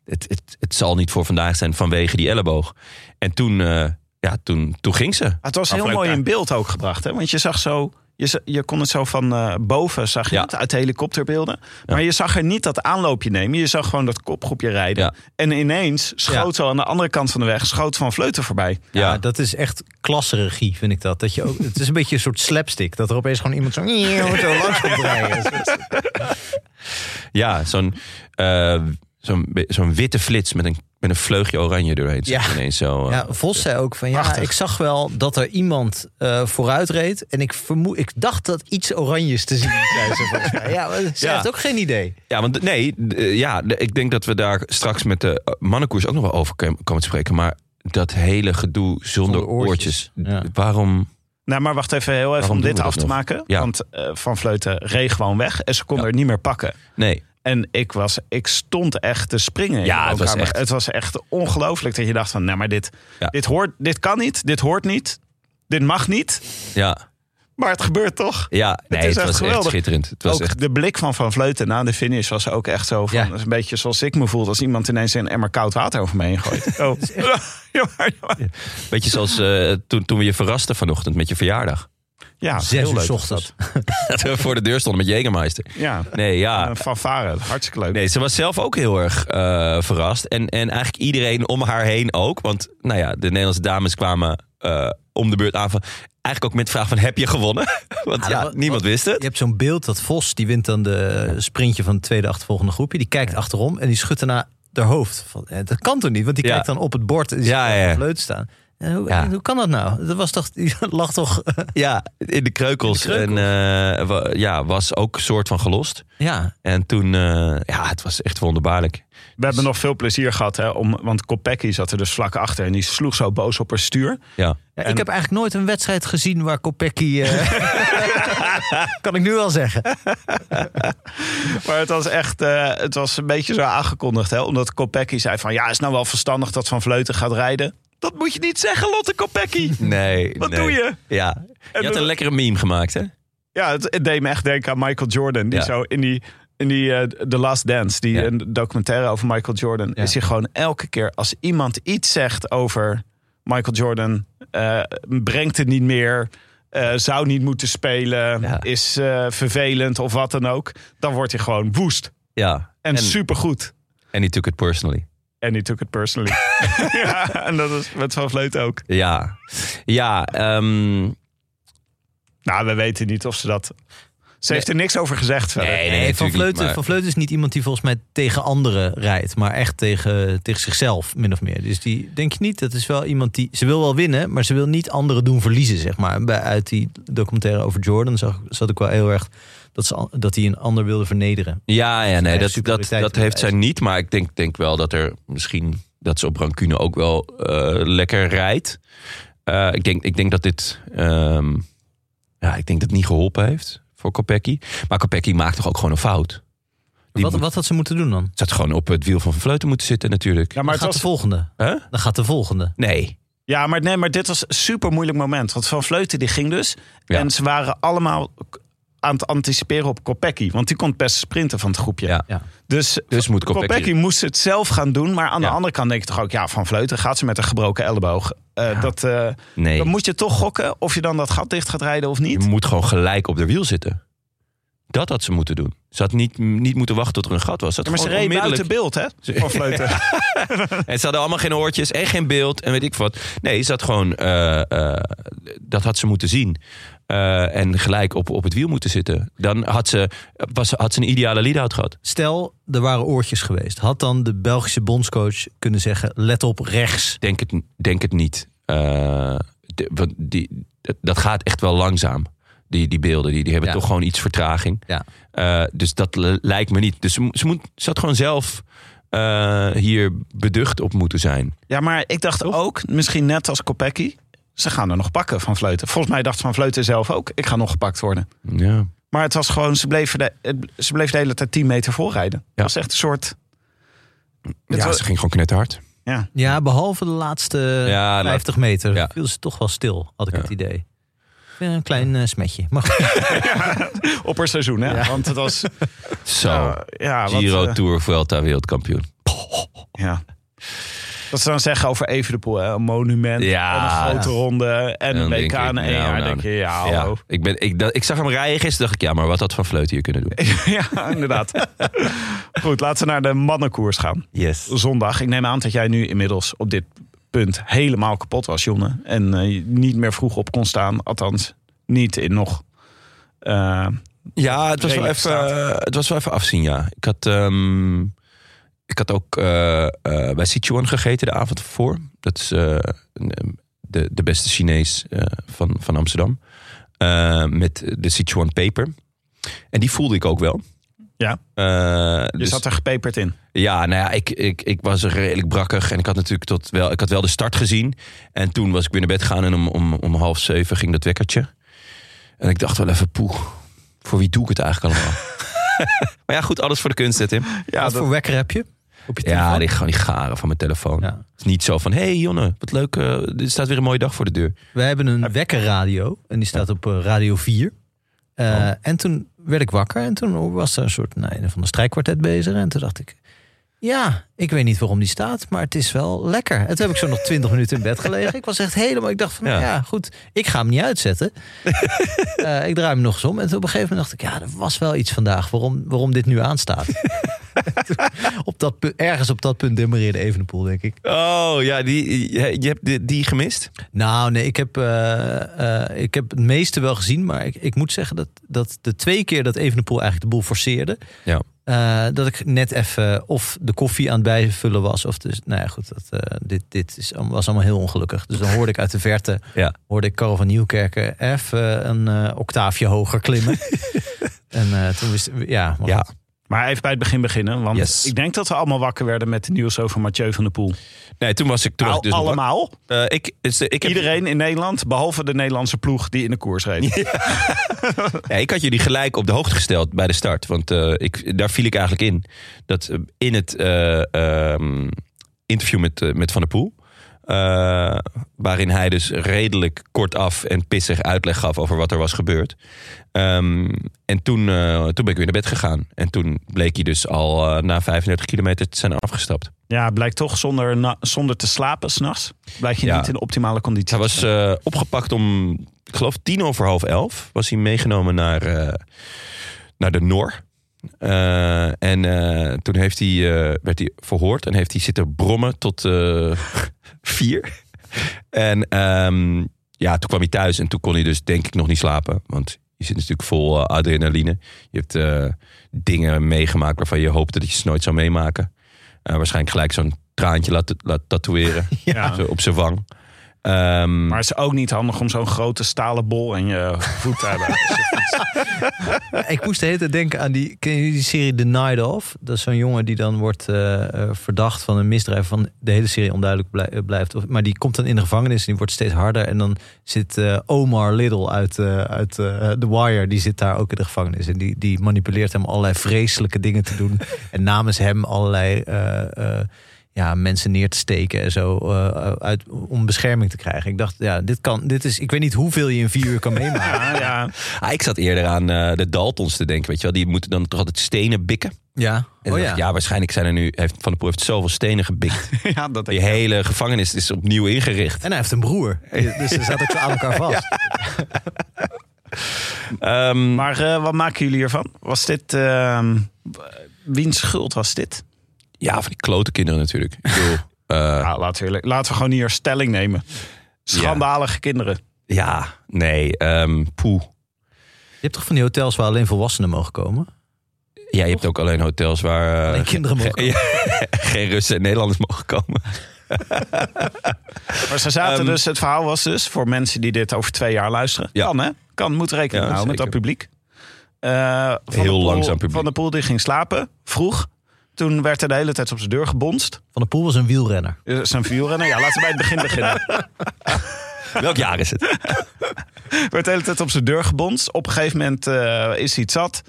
het, het, het zal niet voor vandaag zijn vanwege die elleboog. En toen, eh, ja, toen, toen ging ze. Maar het was Maar heel mooi Vleuten- in beeld ook gebracht. Hè? Want je zag zo. Je, za- je kon het zo van eh, boven, zag je Ja. het, uit de helikopterbeelden. Maar je zag er niet dat aanloopje nemen. Je zag gewoon dat kopgroepje rijden. Ja. En ineens schoot zo aan de andere kant van de weg, schoot van Vleuten voorbij. Ja, dat is echt klasseregie, vind ik dat. dat je ook, het is een beetje een soort slapstick. Dat er opeens gewoon iemand zo, zo langs komt rijden. Ja, zo'n eh, zo'n be- zo'n witte flits met een, met een vleugje oranje doorheen. Ja. Ja. Ineens zo, eh, Ja, Vos zei ook van, ja, Prachtig. ik zag wel dat er iemand eh, vooruit reed. En ik, vermoed, ik dacht dat iets oranjes te zien was. volgens mij. Ja, maar ze Ja. heeft ook geen idee. ja, want nee, d- eh, ja, d- ik denk dat we daar straks met de eh, mannenkoers ook nog wel over komen komen te spreken. Maar dat hele gedoe zonder, Zonder oortjes. oortjes. Ja. Waarom? Nou, maar wacht even heel even Waarom om doen dit we af dat te nog? maken. Ja. Want eh, Van Vleuten reed gewoon weg en ze konden er niet meer pakken. Nee. En ik, was, ik stond echt te springen. in Ja, de het was woonkamer. echt- het was echt ongelooflijk dat je dacht van... Nou, maar dit, Ja. dit, hoort, dit kan niet, dit hoort niet, dit mag niet. Ja, Maar het gebeurt toch. ja nee, is het, echt was echt geweldig. schitterend. Het was ook echt, de blik van Van Vleuten na de finish was ook echt zo van... Ja. dat is Een beetje zoals ik me voelde als iemand ineens een emmer koud water over me heen gooit. Oh. ja, maar- weet je, zoals eh, toen, toen we je verrasten vanochtend met je verjaardag. ja, Zes heel uur leuk. zocht dat. Dat we voor de deur stonden met Jägermeister. Ja, Nee, ja. een fanfare, hartstikke leuk. Nee, ze was zelf ook heel erg eh, verrast. En, en eigenlijk iedereen om haar heen ook. Want nou ja, de Nederlandse dames kwamen eh, om de beurt aan van... Eigenlijk ook met de vraag van, heb je gewonnen? Want Ah, ja, wat- niemand wat- wist het. Je hebt zo'n beeld dat Vos, die wint dan de sprintje van het tweede achtervolgende groepje. Die kijkt achterom en die schudt daarna haar hoofd. Van, eh, dat kan toch niet? Want die Ja. kijkt dan op het bord en die Ja, ja, ja, ja. leut staan. En hoe, Ja. en hoe kan dat nou? Dat was toch, die lag toch... eh. Ja, in de kreukels. In de kreukels. En eh, wa- ja, was ook soort van gelost. ja, En toen, eh, ja, het was echt wonderbaarlijk. We hebben nog veel plezier gehad, hè, om, want Kopecky zat er dus vlak achter en die sloeg zo boos op haar stuur. Ja. Ja, En- ik heb eigenlijk nooit een wedstrijd gezien waar Kopecky... eh, kan ik nu wel zeggen. Maar het was echt, eh, het was een beetje zo aangekondigd, hè, omdat Kopecky zei van ja, is nou wel verstandig dat Van Vleuten gaat rijden? Dat moet je niet zeggen, Lotte Kopecky. Nee, Wat nee. doe je? Ja, je had we- een lekkere meme gemaakt, hè? Ja, het, het deed me echt denken aan Michael Jordan. Die Ja. zo in die, in die eh, The Last Dance, die Ja. een documentaire over Michael Jordan, Ja. is hij gewoon elke keer als iemand iets zegt over Michael Jordan, eh, brengt het niet meer. eh, zou niet moeten spelen, Ja. is eh, vervelend of wat dan ook. Dan wordt hij gewoon woest Ja. en, en, supergoed. en he took it personally. En die took it personally. ja, en dat is met Van Vleuten ook. Ja. Ja, ehm, Nou, we weten niet of ze dat... Ze heeft er niks over gezegd verder. Nee, Nee, Eh, van, natuurlijk niet, Vleuten, maar- van Vleuten is niet iemand die volgens mij tegen anderen rijdt. Maar echt tegen, tegen zichzelf, min of meer. Dus die denk je niet. Dat is wel iemand die... Ze wil wel winnen, maar ze wil niet anderen doen verliezen, zeg maar. Bij, uit die documentaire over Jordan zag, zat ik wel heel erg... Dat, ze, an- dat hij een ander wilde vernederen. Ja, ja nee, eigen dat, dat, superioriteit dat heeft zij bewijzen. niet. Maar ik denk, denk wel dat er misschien dat ze op Rancune ook wel eh, lekker rijdt. Eh, ik, denk, ik denk dat dit. ehm, ja, ik denk dat het niet geholpen heeft voor Kopecky. Maar Kopecky maakt toch ook gewoon een fout. Die Wat, moet, wat had ze moeten doen dan? ze had gewoon op het wiel van Van Vleuten moeten zitten natuurlijk. Ja, maar Dan het gaat was... de volgende. Huh? Dan gaat de volgende. Nee. Ja, maar, nee, maar dit was een super moeilijk moment. Want Van Vleuten die ging dus. Ja. En ze waren allemaal k- aan het anticiperen op Kopecky. Want die kon het best sprinten van het groepje. Ja. Ja. Dus, Dus moet Kopecky- Kopecky moest het zelf gaan doen. Maar aan Ja. de andere kant denk ik toch ook... Ja, Van Vleuten gaat ze met een gebroken elleboog. Eh, dat, eh, Nee. Dan moet je toch gokken of je dan dat gat dicht gaat rijden of Je niet. moet gewoon gelijk op de wiel zitten. Dat had ze moeten doen. Ze had niet, niet moeten wachten tot er een gat was. Ze had Ja, maar ze gewoon reed onmiddellijk... buiten beeld, hè? Van Vleuten. En ze hadden allemaal geen oortjes en geen beeld en weet ik wat. Nee, ze had gewoon... eh, eh, dat had ze moeten zien. Eh, en gelijk op, op het wiel moeten zitten. Dan had ze, was, had ze een ideale lead-out gehad. Stel, er waren oortjes geweest. Had dan de Belgische bondscoach kunnen zeggen: let op rechts. Denk het, denk het niet. Eh, de- want die, dat, dat gaat echt wel langzaam. Die, die beelden, die, die hebben Ja. toch gewoon iets vertraging. Ja. Eh, dus dat l- lijkt me niet. Dus ze, mo- ze, moet, ze had gewoon zelf eh, hier beducht op moeten zijn. Ja, maar ik dacht ook, misschien net als Kopecky... ze gaan er nog pakken van Vleuten. Volgens mij dacht Van Vleuten zelf ook... ik ga nog gepakt worden. Ja. Maar het was gewoon, ze bleef de, het- ze bleef de hele tijd 10 meter voorrijden. Het Ja. was echt een soort... Het Ja, was- ze ging gewoon knetterhard. ja. Ja, behalve de laatste Ja, laat- 50 meter ja. viel ze toch wel stil, had ik Ja. het idee. Ja, Een klein eh, smetje. Maar goed. Op haar seizoen, hè? Ja. Want het was... Zo, eh, ja, wat, Giro, eh, Tour, Vuelta, wereldkampioen. ja. Wat ze dan zeggen over Evenepoel, hè? Een monument, Ja. en een grote ronde en En een dan denk WK ik, en nou, één jaar. nou, denk je, ja, oh. Ja, hallo. ik, ben, ik, dat, ik zag hem rijden gisteren, dacht ik, ja, maar wat had Van Vleuten hier kunnen doen? Ja, inderdaad. Goed, laten we naar de mannenkoers gaan. Yes. Zondag. Ik neem aan dat jij nu inmiddels op dit punt helemaal kapot was, Jonne. En eh, niet meer vroeg op kon staan. Althans, niet in nog... eh, Ja, het was, wel Redelijk even, staat. eh, het was wel even afzien, ja. Ik had, ehm, ik had ook eh, eh, bij Sichuan gegeten de avond ervoor. Dat is eh, een- de, de beste Chinees eh, van, van Amsterdam. Eh, met de Sichuan peper. En die voelde ik ook wel. Ja. Eh, je dus- zat er gepeperd in. Ja, nou ja, ik, ik, ik was redelijk brakkig. En ik had natuurlijk tot wel, ik had wel de start gezien. En toen was ik weer naar bed gegaan en om, om, om half zeven ging dat wekkertje. En ik dacht wel even, poeh, voor wie doe ik het eigenlijk allemaal? maar ja, goed, alles voor de kunst, hè, Tim. Ja, Wat dat- voor wekker heb je? Op je Ja, telefoon? die, gewoon die garen van mijn telefoon. Ja. Het is niet zo van, hé hey, Jonne, wat leuk, eh, er staat weer een mooie dag voor de deur. Wij hebben een wekkerradio en die staat op eh, radio 4. Eh, Oh. En toen werd ik wakker en toen was er een soort nou, een van de strijkkwartet bezig. En toen dacht ik, ja, ik weet niet waarom die staat, maar het is wel lekker. En toen heb ik zo nog 20 minuten in bed gelegen. Ik was echt helemaal, ik dacht van, Ja. nou ja, goed, ik ga hem niet uitzetten. Eh, ik draai hem nog eens om. En toen op een gegeven moment dacht ik, ja, er was wel iets vandaag waarom, waarom dit nu aanstaat. Toen op dat, pu- ergens op dat punt demereerde Evenepoel, denk ik. Oh, ja, die, je, je hebt die, die gemist? Nou, nee, ik heb, eh, eh, ik heb het meeste wel gezien. Maar ik, ik moet zeggen dat, dat de twee keer dat Evenepoel eigenlijk de boel forceerde... Ja. eh, dat ik net even of de koffie aan het bijvullen was. Of dus, nou ja, goed, dat, eh, dit, dit is, allemaal- was allemaal heel ongelukkig. Dus dan hoorde ik uit de verte, Ja. hoorde ik Karel van Nieuwkerken even een eh, octaafje hoger klimmen. en eh, toen wist ja, maar Ja. goed. Maar even bij het begin beginnen. Want Yes. ik denk dat we allemaal wakker werden met het nieuws over Mathieu van der Poel. Nee, toen was ik... Toen was Nou, ik dus nog- allemaal. Eh, ik, dus, eh, ik heb- Iedereen in Nederland, behalve de Nederlandse ploeg die in de koers reed. Ja, ik had jullie gelijk op de hoogte gesteld bij de start. Want eh, ik, daar viel ik eigenlijk in. Dat eh, in het eh, ehm, interview met, eh, met Van der Poel. eh, waarin hij dus redelijk kortaf en pissig uitleg gaf over wat er was gebeurd. Ehm, en toen, eh, toen ben ik weer naar bed gegaan. En toen bleek hij dus al eh, na 35 kilometer te zijn afgestapt. Ja, blijkt toch zonder, na- zonder te slapen s'nachts. Blijkt je Ja. niet in de optimale conditie. Hij was eh, opgepakt om, ik geloof, tien over half elf. Was hij meegenomen naar, eh, naar de Noor. Eh, en eh, toen heeft hij, eh, werd hij verhoord en heeft hij zitten brommen tot eh, vier. En ehm, ja, toen kwam hij thuis en toen kon hij dus denk ik nog niet slapen. Want je zit natuurlijk vol eh, adrenaline. Je hebt eh, dingen meegemaakt waarvan je hoopte dat je ze nooit zou meemaken. Eh, waarschijnlijk gelijk zo'n traantje laten laten tatoeëren Ja. Zo op zijn wang. Ehm, Maar het is ook niet handig om zo'n grote stalen bol in je voet te hebben. Ik moest de hele tijd denken aan die, ken jullie die serie The Night Of? Dat is zo'n jongen die dan wordt eh, eh, verdacht van een misdrijf van de hele serie onduidelijk blij- eh, blijft. Of- Maar die komt dan in de gevangenis en die wordt steeds harder. En dan zit eh, Omar Little uit, eh, uit eh, The Wire, die zit daar ook in de gevangenis. En die, die manipuleert hem allerlei vreselijke dingen te doen. En namens hem allerlei... eh, eh, ja, mensen neer te steken en zo eh, uit, om bescherming te krijgen. Ik dacht, ja, dit kan, dit is, ik weet niet hoeveel je in vier uur kan meemaken. Ja, ja. Ah, ik zat eerder aan eh, de Daltons te denken, weet je wel. Die moeten dan toch altijd stenen bikken. Ja, En oh dan dacht ja. ik, ja, waarschijnlijk zijn er nu... Heeft Van der Poel heeft zoveel stenen gebikt. ja, dat Die hele gevangenis is opnieuw ingericht. En hij heeft een broer, dus ze zaten ook aan elkaar vast. Ehm, Maar eh, wat maken jullie hiervan? Was dit. ehm, wiens schuld was dit? ja, van die klote kinderen natuurlijk. Ik bedoel, eh, Nou, laten, we, eerlijk- laten we gewoon hier stelling nemen. Schandalige kinderen. ja, nee, ehm poeh. Je hebt toch van die hotels waar alleen volwassenen mogen komen? Ja, je hebt ook alleen hotels waar eh, Alleen kinderen mogen ge- geen Russen en Nederlanders mogen komen. Maar ze zaten Ehm, dus, het verhaal was dus, voor mensen die dit over twee jaar luisteren. Ja. Kan hè? Kan, moet rekening Ja, houden met dat zeker. publiek. Eh, Van der Heel Poel- langzaam publiek. Van de Poel die ging slapen, vroeg. Toen werd er de hele tijd op zijn deur gebonst. Van der Poel was een wielrenner. Eh, Zijn vuurrenner, ja, laten we bij het begin beginnen. Welk jaar is het? werd de hele tijd op zijn deur gebonst. Op een gegeven moment eh, is hij het zat.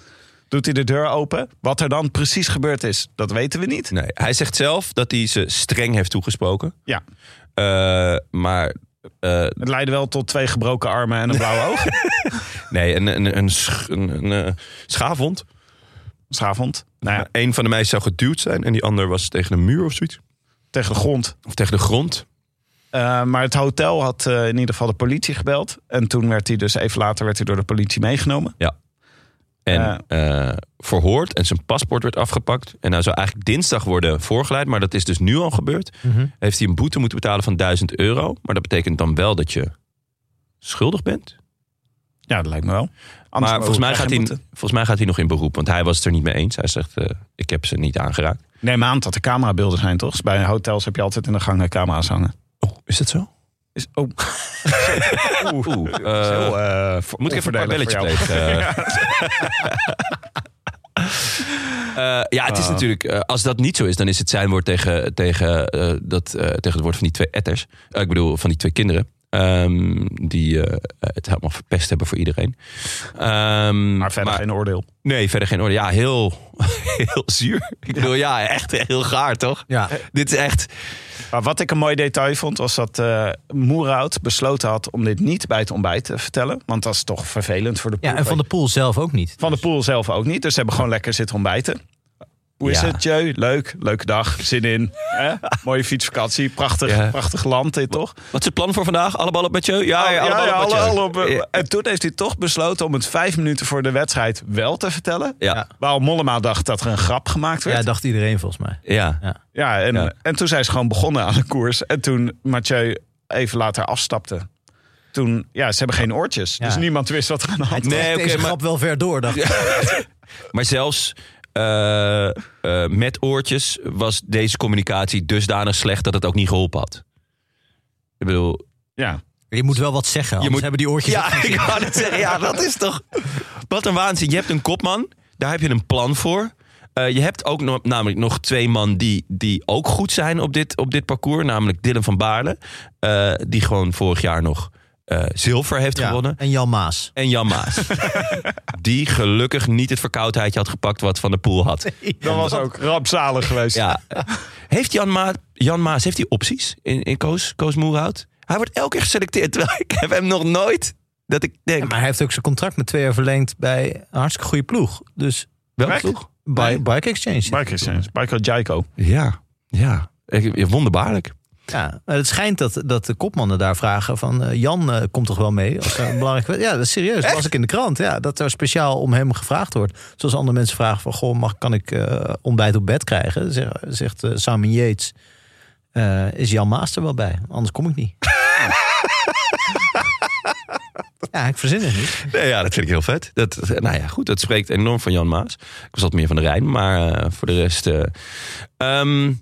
Doet hij de deur open. Wat er dan precies gebeurd is, dat weten we niet. Nee, hij zegt zelf dat hij ze streng heeft toegesproken. Ja, Eh, maar eh, het leidde wel tot twee gebroken armen en een blauwe oog. nee, een, een, een, sch- een, een, eh, schaafwond. S'avond. Nou ja, Eén van de meisjes zou geduwd zijn en die ander was tegen een muur of zoiets. tegen de grond. Of tegen de grond. Eh, maar het hotel had eh, in ieder geval de politie gebeld. En toen werd hij dus even later werd hij door de politie meegenomen. En eh, verhoord en zijn paspoort werd afgepakt. En hij zou eigenlijk dinsdag worden voorgeleid, maar dat is dus nu al gebeurd. Heeft hij een boete moeten betalen van 1000 euro. Maar dat betekent dan wel dat je schuldig bent. Ja, dat lijkt me wel. Maar Anders volgens mij, krijg gaat je hij, een boete. volgens mij gaat hij nog in beroep, want hij was het er niet mee eens. Hij zegt, eh, ik heb ze niet aangeraakt. Neem aan dat er camerabeelden zijn, toch? Bij hotels heb je altijd in de gangen camera's hangen. Oh, is dat zo? Is, oh, Oeh, eh, eh, moet ik even een onvoordelig belletje voor jou. plegen? Eh, eh, ja, Ah. het is natuurlijk, eh, als dat niet zo is, dan is het zijn woord tegen, tegen, eh, dat, eh, tegen het woord van die twee etters. Eh, ik bedoel, van die twee kinderen. ehm, die eh, het helemaal verpest hebben voor iedereen. Ehm, Maar verder geen oordeel. Nee, verder geen orde. Ja, heel, heel zuur. Ik bedoel, ja, echt heel gaar, toch? Ja. Dit is echt... Maar wat ik een mooi detail vond, was dat eh Moerhout besloten had om dit niet bij het ontbijt te vertellen. Want dat is toch vervelend voor de poel. ja, en Van der Poel zelf ook niet. Van de Poel zelf ook niet. Dus ze hebben gewoon lekker zitten ontbijten. Hoe is Ja. het, Jeu? Leuk, leuke dag, zin in. Hè? Mooie fietsvakantie, prachtig, Ja. prachtig land dit toch? Wat is het plan voor vandaag? Alle ballen op met je? Ja, ja, alle ballen op Oh, alle- met je. alle op- Ja. En toen heeft hij toch besloten om het vijf minuten voor de wedstrijd wel te vertellen. Ja. Waarom Mollema dacht dat er een grap gemaakt werd. Ja, Ja, dacht iedereen volgens mij. Ja. Ja. en, Ja. en toen zijn ze gewoon begonnen aan de koers. En toen Mathieu even later afstapte. Toen, ja, ze hebben geen oortjes. Ja. Dus niemand wist wat er aan de hand was. Nee, oké, Deze maar- grap wel ver door, dacht ik. Maar zelfs eh, eh, met oortjes was deze communicatie dusdanig slecht dat het ook niet geholpen had. Ik bedoel... Ja. Je moet wel wat zeggen, anders moet- hebben die oortjes... ook Ja, geen ik zin. wou het zeggen. Ja, dat is toch... Wat een waanzin. Je hebt een kopman. Daar heb je een plan voor. Eh, je hebt ook nog, namelijk nog twee man die, die ook goed zijn op dit, op dit parcours. Namelijk Dylan van Baarle. eh, die gewoon vorig jaar nog eh, zilver heeft Ja, gewonnen. En Jan Maas. en Jan Maas. die gelukkig niet het verkoudheidje had gepakt wat Van der Poel had. Dat was ook rampzalig geweest. Ja. Heeft Jan, Ma Jan Maas heeft hij opties in, in Koos, Koos Moerhout? Hij wordt elke keer geselecteerd. Terwijl ik heb hem nog nooit dat ik denk... Maar hij heeft ook zijn contract met twee jaar verlengd bij een hartstikke goede ploeg. Dus welke Mac? ploeg? bij Nee. Bike Exchange. Michael, Jackson, Michael Jaiko. Ja, ja. Ik- ja, Wonderbaarlijk. Ja, maar het schijnt dat, dat de kopmannen daar vragen van... eh, Jan eh, komt toch wel mee? Als, er een belangrijk... Ja, dat is serieus. Dat was ik in de krant. Ja, dat er speciaal om hem gevraagd wordt. Zoals andere mensen vragen van... Goh, mag, kan ik eh, ontbijt op bed krijgen? Zeg- zegt eh, Simon Yates. eh, is Jan Maas er wel bij? Anders kom ik niet. ja, ik verzin het niet. Nee, ja, dat vind ik heel vet. Dat, nou ja, goed, dat spreekt enorm van Jan Maas. Ik was wat meer van de Rijn, maar eh, voor de rest... eh, ehm,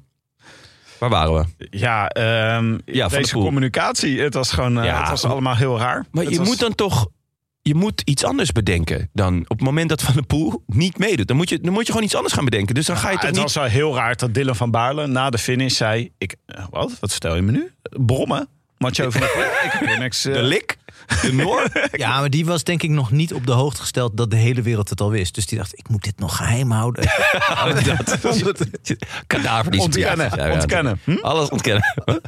waar waren we? Ja, ehm, Ja, Van der deze Poel. communicatie, het was gewoon, eh, Ja. het was allemaal heel raar. Maar Het je was- moet dan toch. Je moet iets anders bedenken dan op het moment dat Van der Poel niet meedoet. Dan moet je, dan moet je gewoon iets anders gaan bedenken. Dus dan ga je Ah, toch het niet... was wel heel raar dat Dylan van Baarle na de finish zei... Ik, eh, wat? Wat vertel je me nu? Brommen? Macho van de Ik heb hier niks. eh, De lik? De Noor? Ja, maar die was denk ik nog niet op de hoogte gesteld dat de hele wereld het al wist. Dus die dacht, ik moet dit nog geheim houden. Kadaver die Ontkennen, ja, ja, ja. ontkennen. Hm? Alles ontkennen. Mathieu?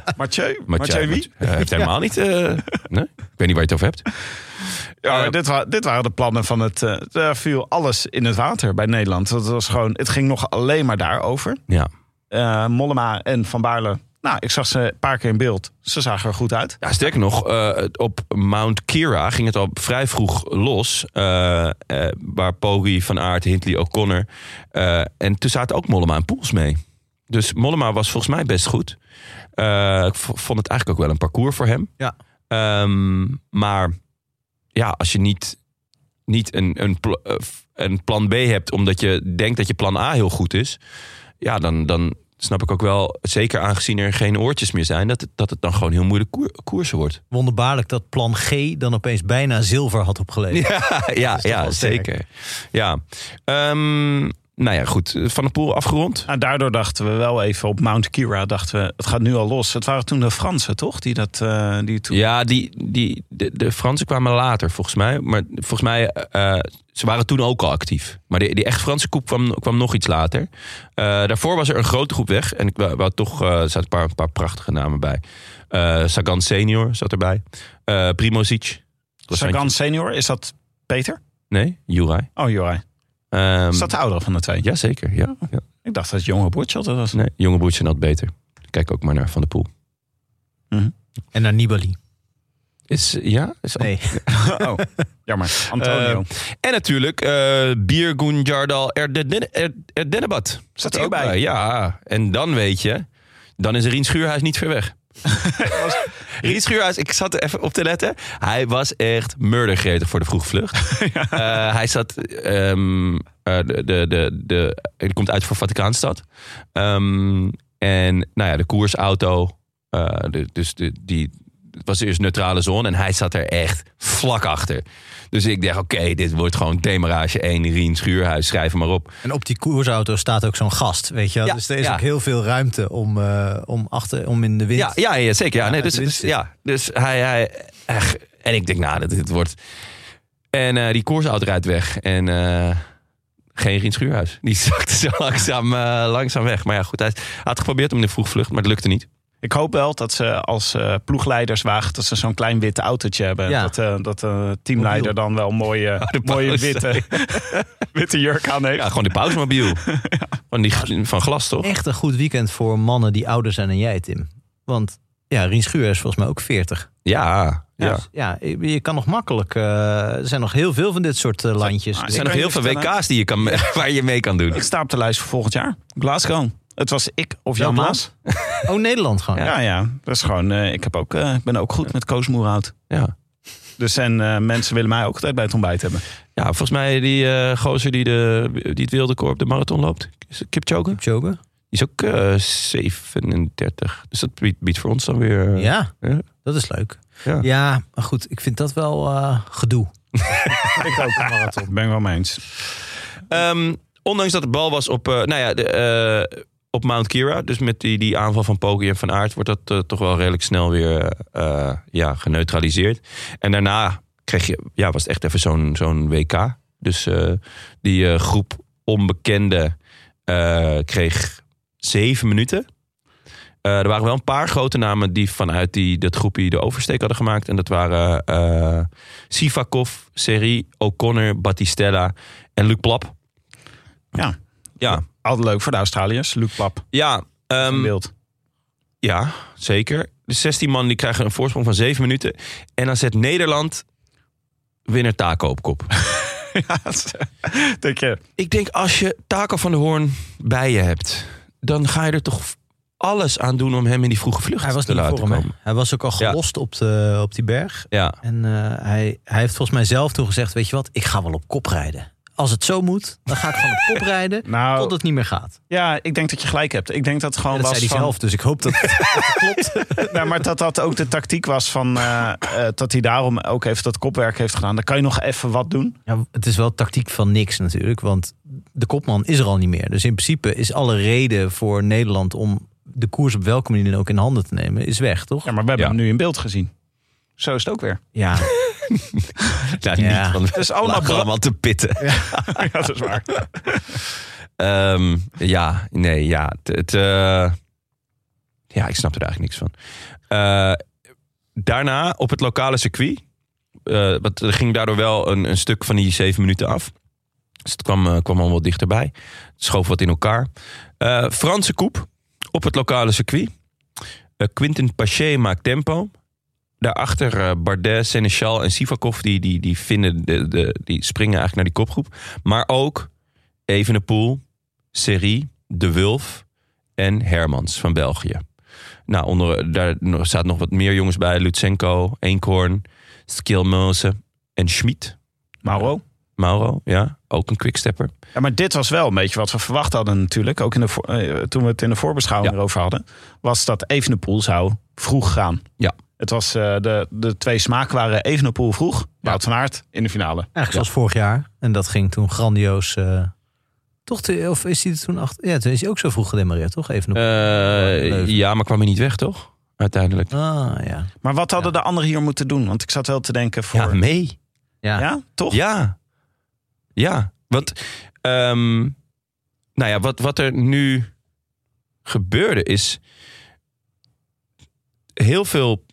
Mathieu Mathieu wie? Hij heeft helemaal niet... eh, nee? Ik weet niet waar je het over hebt. Ja, maar Eh, dit, wa- dit waren de plannen van het. eh, daar viel alles in het water bij Nederland. Dat was gewoon, het ging nog alleen maar daarover. Ja. Eh, Mollema en Van Baarle. Nou, ik zag ze een paar keer in beeld. Ze zagen er goed uit. Ja, sterker nog, eh, op Mount Kira ging het al vrij vroeg los. eh, eh, waar Poggi, Van Aert, Hindley, O'Connor... eh, en toen zaten ook Mollema en Poels mee. Dus Mollema was volgens mij best goed. Eh, ik v- vond het eigenlijk ook wel een parcours voor hem. Ja. Ehm, maar ja, als je niet, niet een, een, pl- eh, f- een plan B hebt... omdat je denkt dat je plan A heel goed is... ja, dan, dan snap ik ook wel... zeker aangezien er geen oortjes meer zijn... dat het, dat het dan gewoon heel moeilijk koer, koersen wordt. Wonderbaarlijk dat plan G dan opeens bijna zilver had opgeleverd. Ja, ja, toch ja wel sterk. zeker. Ja. Ehm, nou ja, goed. Van de Poel afgerond. Nou, daardoor dachten we wel even op Mount Kira. Dachten we, het gaat nu al los. Het waren toen de Fransen, toch? Die dat. eh, die toen... Ja, die, die, de, de Fransen kwamen later volgens mij. Maar volgens mij, eh, ze waren toen ook al actief. Maar die, die echt Franse groep kwam, kwam nog iets later. Eh, daarvoor was er een grote groep weg. En ik wou, wou toch, eh, er zaten een paar, een paar prachtige namen bij. Eh, Sagan Senior zat erbij. Eh Primozic. Dat was Sagan eentje. senior, is dat Peter? Nee, Juraj. Oh, Jorij. Ehm, Is dat de oudere van de twee? Jazeker, ja. Oh. ja. Ik dacht dat het jonge broertje dat was. Nee, jonge Boetje had beter. Kijk ook maar naar Van de Poel. En naar Nibali. Is, ja? Is Nee, Oh, jammer. Antonio. Eh, En natuurlijk eh Bier Gunjardal Erdene- Er- Erdenebat. Zat er ook bij? Ja, en dan weet je, dan is Rien Schuurhuis niet ver weg. Rien Schuurhuis, ik zat er even op te letten. Hij was echt murdergretig voor de vroege vlucht. Eh, hij zat, ehm, eh, de, de, de, de, hij komt uit voor Vaticaanstad. Ehm, en nou ja, de koersauto, eh, de- dus de, die het was eerst neutrale zone en hij zat er echt vlak achter. Dus ik dacht, oké, dit wordt gewoon demarage 1, Rien Schuurhuis, schrijf hem maar op. en op die koersauto staat ook zo'n gast, weet je wel. Ja, dus er is ja. ook heel veel ruimte om, eh, om, achter, om in de wind... Ja, ja, ja zeker. Ja. Ja, nee, uit dus, de dus, winst zit. ja, dus hij, hij echt, en ik denk, nou, dit, dit wordt... En eh, die koersauto rijdt weg en eh, geen Rien Schuurhuis. Die zakte zo langzaam, eh, langzaam weg. Maar ja, goed, hij had geprobeerd om in de vroeg vlucht, maar het lukte niet. Ik hoop wel dat ze als eh, ploegleiders wagen dat ze zo'n klein wit autootje hebben. Ja. Dat, eh, dat de teamleider dan wel een mooie, de mooie pauze. witte, witte jurk aan heeft. Ja, gewoon die pausmobiel. Van, die, van glas, toch? Echt een goed weekend voor mannen die ouder zijn dan jij, Tim. Want ja, Rien Schuur is volgens mij ook 40. Ja, Ja, ja. dus, ja je je kan nog makkelijk... eh, er zijn nog heel veel van dit soort eh, landjes. maar Er Dus- zijn Ik nog heel weet veel niet of dat- WK's die je kan, waar je mee kan doen. Ik sta op de lijst voor volgend jaar. Glasgow. Het was ik of Jan Welk Maas. oh, Nederland gewoon. Ja, ja. Dat is gewoon, eh, ik, heb ook, eh, ik ben ook goed met Koos Moerhout. Ja. Dus en eh, mensen willen mij ook altijd bij het ontbijt hebben. Ja, volgens mij die eh, gozer die, de, die het wilde op de marathon loopt. Is het Kipchoge? Die Kipchoge? is ook eh, 37. Dus dat biedt, biedt voor ons dan weer... eh, Ja, Ja. dat is leuk. Ja. Ja. maar goed, ik vind dat wel eh, gedoe. ik ook een marathon. Ben ik wel mee eens. Ehm, ondanks dat de bal was op, eh, nou ja, de, eh, op Mount Kira. Dus met die, die aanval van Poggi en Van Aert wordt dat eh, toch wel redelijk snel weer eh, ja, geneutraliseerd. En daarna kreeg je, ja, was het echt even zo'n zo'n WK. Dus eh, die eh, groep onbekenden eh, kreeg zeven minuten. Eh, er waren wel een paar grote namen die vanuit die, dat groepje de oversteek hadden gemaakt. En dat waren eh Sivakov, Seri, O'Connor, Battistella en Luc Plap. Ja. Ja, Altijd leuk voor de Australiërs. Luc Pap. ja, ehm, in beeld. ja zeker. De 16 man die krijgen een voorsprong van 7 minuten. En dan zet Nederland winnaar Taco op kop. Denk je, Ik denk als je Taco van de Hoorn bij je hebt, dan ga je er toch alles aan doen om hem in die vroege vlucht Hij was te niet laten voor hem. hè? komen. Hij was ook al Ja. gelost op, de, op die berg. Ja, En eh, hij, hij heeft volgens mij zelf toen gezegd, weet je wat, ik ga wel op kop rijden. Als het zo moet, dan ga ik gewoon op kop rijden Nou. tot het niet meer gaat. ja, ik denk dat je gelijk hebt. Ik denk dat het gewoon En dat was zei hij van... zelf, dus ik hoop dat het klopt. Nou, maar dat dat ook de tactiek was van eh, eh, dat hij daarom ook even dat kopwerk heeft gedaan. Dan kan je nog even wat doen. Ja, het is wel tactiek van niks natuurlijk, want de kopman is er al niet meer. Dus in principe is alle reden voor Nederland om de koers op welke manier dan ook in handen te nemen, is weg, toch? Ja, maar we hebben Ja. hem nu in beeld gezien. Zo is het ook weer. Ja, Nou, Ja. niet, want Het is we allemaal lagen bra- allemaal te pitten. ja, dat is waar. Ehm, ja, nee, ja. Het, het, eh, ja, ik snap er eigenlijk niks van. Eh, daarna op het lokale circuit. eh, wat, er ging daardoor wel een, een stuk van die zeven minuten af. Dus het kwam, eh, kwam allemaal wat dichterbij. Het schoof wat in elkaar. Eh, Franse koep op het lokale circuit. Eh, Quinten Paché maakt tempo. Daarachter eh, Bardet, Seneschal en Sivakov. Die, die, die, vinden de, de, die springen eigenlijk naar die kopgroep. Maar ook Evenepoel, Serie, De Wulf en Hermans van België. Nou, onder, daar nog- staat nog wat meer jongens bij. Lutsenko, Eenkhoorn, Skilmose en Schmid. Mauro. Mauro, ja, ook een quickstepper. Ja, maar dit was wel een beetje wat we verwacht hadden natuurlijk. Ook in de, voor- eh, toen we het in de voorbeschouwing Ja. erover hadden. Was dat Evenepoel zou vroeg gaan. Ja. Het was, eh, de, de twee smaken waren Evenepoel vroeg. Wout van Aert in de finale. eigenlijk zoals vorig jaar. En dat ging toen grandioos. eh, toch, te- of is hij er toen achter? Ja, toen is hij ook zo vroeg gedemareerd, toch? Even op. Eh, ja, maar kwam hij niet weg, toch? Uiteindelijk. Eh. ah, ja. Maar wat hadden de anderen hier moeten doen? Want ik zat wel te denken voor... Ja, mee. Ja. Ja, toch? Ja. Ja, want... ehm, nou ja, wat, wat er nu gebeurde is... Heel veel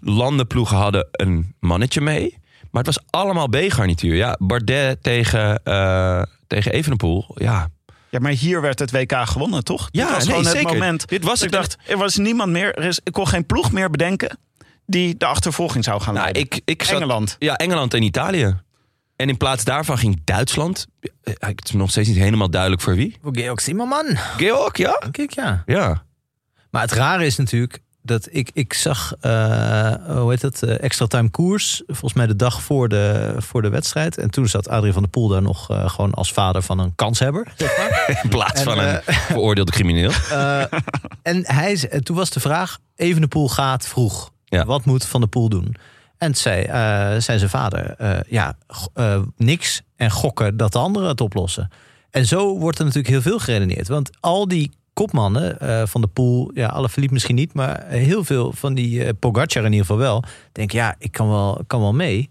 landenploegen hadden een mannetje mee. Maar het was allemaal B-garnituur. Ja, Bardet tegen, eh tegen Evenepoel. Ja, Ja, maar hier werd het WK gewonnen, toch? ja Dit was nee, gewoon zeker. het moment. Dit was Dus ik het. dacht, er was niemand meer. Er is, ik kon geen ploeg meer bedenken die de achtervolging zou gaan Nou, leiden. ik, ik zat Engeland. Ja, Engeland en Italië. En in plaats daarvan ging Duitsland. eh, Het is nog steeds niet helemaal duidelijk voor wie. Voor Georg Zimmerman. Georg, ja? Denk ik, ja. Ja. Maar het rare is natuurlijk dat ik, ik zag, eh, hoe heet dat, eh, extra time koers. Volgens mij de dag voor de, voor de wedstrijd. En toen zat Adrie van der Poel daar nog eh, gewoon als vader van een kanshebber. zeg maar. In plaats En, van een veroordeelde crimineel. Eh, en hij, ze- en toen was de vraag, Evenepoel gaat vroeg. Ja. Wat moet Van der Poel doen? En toen zei, eh, zei zijn vader, eh, ja, go- eh, niks en gokken dat de anderen het oplossen. En zo wordt er natuurlijk heel veel geredeneerd. Want al die kopmannen eh, van de Poel, ja, alle verliep misschien niet, maar heel veel van die eh Pogacar in ieder geval wel, denk ja, ik kan wel, kan wel mee.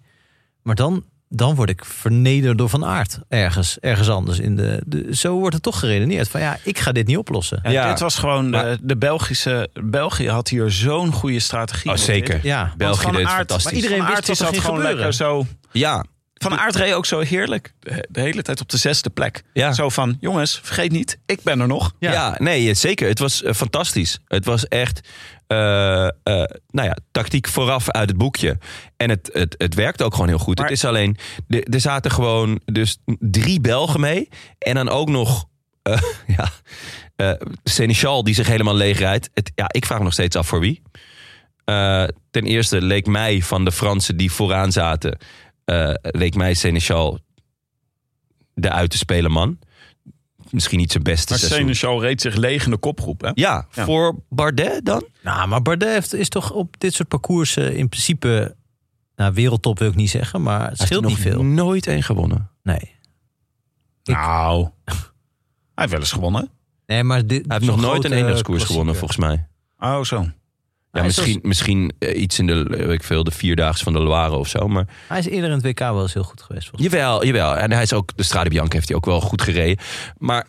Maar dan, dan word ik vernederd door Van Aert ergens, ergens anders. In de, de, zo wordt het toch geredeneerd van ja, ik ga dit niet oplossen. Ja, Ja. Dit was gewoon de, Maar- de Belgische. België had hier zo'n goede strategie. Oh, op zeker. dit. Ja, België Van deed het Aert- fantastisch. maar iedereen Van wist Aert wat die er zat ging dus gewoon gebeuren. lekker zo. Ja, Van Aert reed ook zo heerlijk. De, de hele tijd op de zesde plek. Ja. Zo van: jongens, vergeet niet, ik ben er nog. ja. Ja. nee, eh, zeker. Het was eh, fantastisch. Het was echt, eh, eh, nou ja, tactiek vooraf uit het boekje. En het, het, het werkte ook gewoon heel goed. Maar- het is alleen, de- er zaten gewoon dus drie Belgen mee. En dan ook nog, eh, ja, eh Seneschal die zich helemaal leeg rijdt. Het, ja, ik vraag me nog steeds af voor wie. Eh, ten eerste leek mij van de Fransen die vooraan zaten, eh, leek mij Seneschal de uit te spelen man. Misschien niet zijn beste seizoen. Seneschal reed zich leeg in de kopgroep. Hè? Ja, Ja. voor Bardet dan? Nou, maar Bardet heeft- is toch op dit soort parcoursen in principe... Nou, wereldtop wil ik niet zeggen, maar het scheelt niet veel. nooit één gewonnen. Nee, Ik- Nou, hij heeft wel eens gewonnen. nee maar dit, eh, Hij heeft nog nooit eh, een eendagskoers gewonnen, volgens mij. Oh, zo. Ja, Hij is misschien misschien eh, iets in de, eh, weet ik veel, de Vierdaagse van de Loire of zo. Maar Hij is eerder in het WK wel eens heel goed geweest. Volgens jawel, jawel. En hij is ook, de Strade Bianca heeft hij ook wel goed gereden. Maar,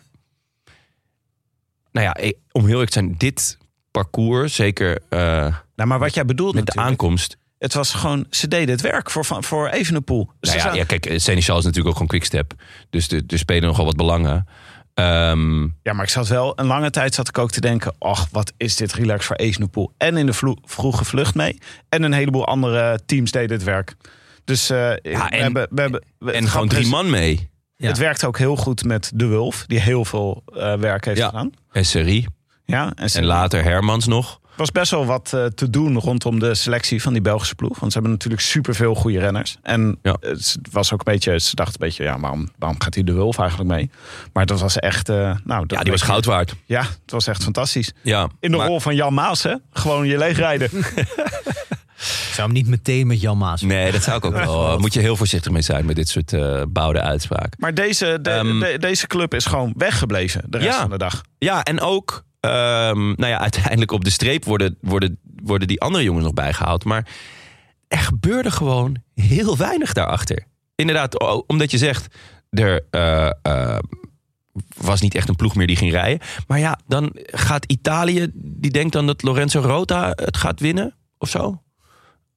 nou ja, eh, om heel eerlijk te zijn, dit parcours, zeker eh, Nou, maar wat jij bedoelt met de natuurlijk, aankomst. Het was gewoon, ze deden het werk voor, Van- voor Evenepoel. Ze Nou ja, zijn- ja, kijk, eh, Seneschal is natuurlijk ook gewoon quickstep. Dus de- er spelen nogal wat belangen. Ehm, Ja, maar ik zat wel een lange tijd zat ik ook te denken: ach, wat is dit relax voor Evenepoel? En in de vlo- vroege vlucht mee. En een heleboel andere teams deden het werk. Dus eh, we en- hebben, we hebben we- en gewoon drie man mee. Ja. Het werkt ook heel goed met de Wulf, die heel veel eh, werk heeft Ja. gedaan. En Serie. Ja, en, En later Hermans nog. er was best wel wat eh, te doen rondom de selectie van die Belgische ploeg. Want ze hebben natuurlijk superveel goede renners. En Ja. het was ook een beetje, ze dachten een beetje, ja, waarom, waarom gaat hij de Wulf eigenlijk mee? Maar dat was echt, eh, nou, dat Ja, die was goud waard. Ja, het was echt fantastisch. Ja, In de maar- rol van Jan Maas, hè? Gewoon je leegrijden. mij. Ik zou hem niet meteen met Jan Maas... Nee, dat zou ik ook wel. eh, Moet je heel voorzichtig mee zijn met dit soort eh bouwde uitspraken. Maar deze, de- Ehm. de- deze club is gewoon weggebleven de rest Ja. van de dag. Ja, en ook Ehm, nou ja, uiteindelijk op de streep worden, worden, worden die andere jongens nog bijgehaald. Maar er gebeurde gewoon heel weinig daarachter. Inderdaad, o- omdat je zegt, er eh, eh, was niet echt een ploeg meer die ging rijden. Maar ja, dan gaat Italië, die denkt dan dat Lorenzo Rota het gaat winnen of zo.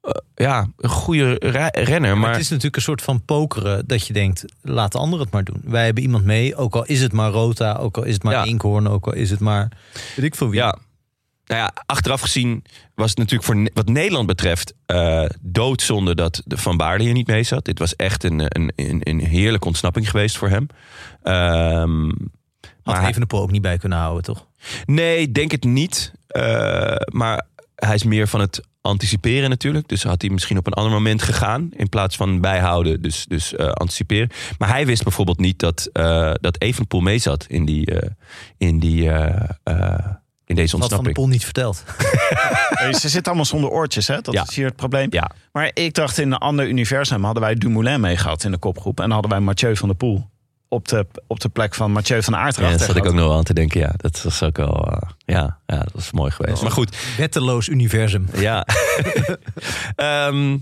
Eh, ja, een goede re- renner. Maar Maar het is natuurlijk een soort van pokeren dat je denkt, laat de anderen het maar doen. Wij hebben iemand mee, ook al is het maar Rota, ook al is het maar Ja. Inkhorn, ook al is het maar weet ik veel wie. Ja. Nou ja, achteraf gezien was het natuurlijk voor Ne- wat Nederland betreft eh doodzonde dat de Van Baarle hier niet mee zat. Dit was echt een, een, een, een heerlijke ontsnapping geweest voor hem. Ehm, Had maar hij- Evenepoel ook niet bij kunnen houden, toch? nee, denk het niet. Eh, maar hij is meer van het anticiperen natuurlijk. Dus had hij misschien op een ander moment gegaan in plaats van bijhouden. Dus, dus eh, anticiperen. Maar hij wist bijvoorbeeld niet dat, eh dat Evenpoel mee zat in, die, eh, in, die, eh, eh, in deze Had Van de ontsnapping. Pol niet verteld. Nee, Ze zitten allemaal zonder oortjes, hè? Dat Ja. is hier het probleem. Ja, Maar ik dacht, in een ander universum hadden wij Dumoulin mee gehad in de kopgroep. En hadden wij Mathieu van der Poel op de, op de plek van Mathieu van Aert Ja, erachter dat zat ik ook gehad. nog wel aan te denken. Ja, dat was ook wel. eh, ja, ja, dat was mooi geweest. Maar goed, Wetteloos universum. ja. Ehm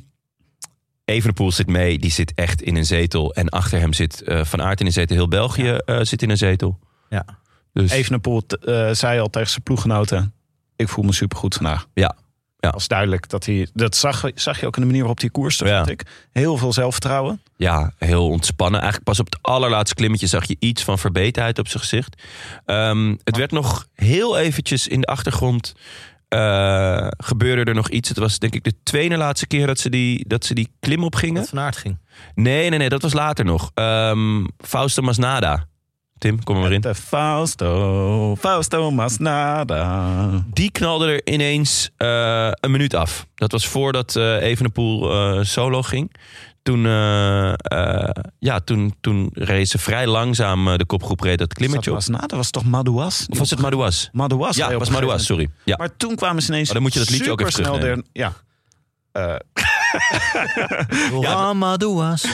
Evenepoel zit mee. Die zit echt in een zetel. En achter hem zit eh, Van Aert in een zetel. Heel België eh, zit in een zetel. Ja. Dus Evenepoel t- eh, zei al tegen zijn ploeggenoten... ik voel me supergoed vandaag. Ja. Ja. Dat was duidelijk. Dat, hij, dat zag, zag je ook in de manier waarop hij koerste, Ja. vond ik. Heel veel zelfvertrouwen. ja, heel ontspannen. Eigenlijk pas op het allerlaatste klimmetje zag je iets van verbeterheid op zijn gezicht. Ehm, het werd nog heel eventjes in de achtergrond. eh, gebeurde er nog iets. Het was denk ik de tweede laatste keer dat ze die, dat ze die klim opgingen. Dat Van Aert ging. Nee, nee, nee, dat was later nog. Ehm Fausto Masnada. Tim, kom er maar in. De Fausto, Fausto Masnada. Die knalde er ineens eh, een minuut af. Dat was voordat eh Evenepoel eh, solo ging. Toen, eh, eh, ja, toen, toen reed ze vrij langzaam eh, de kopgroep reed dat Is dat klimmetje op. Masnada was toch Madouas? Of was het Madouas? Madouas? Ja, reed het was op een gegeven Madouas, sorry. Ja. Maar toen kwamen ze ineens. Maar dan moet je dat liedje ook even supersnel terugnemen. er- Ja. Eh, Ja, Madouas.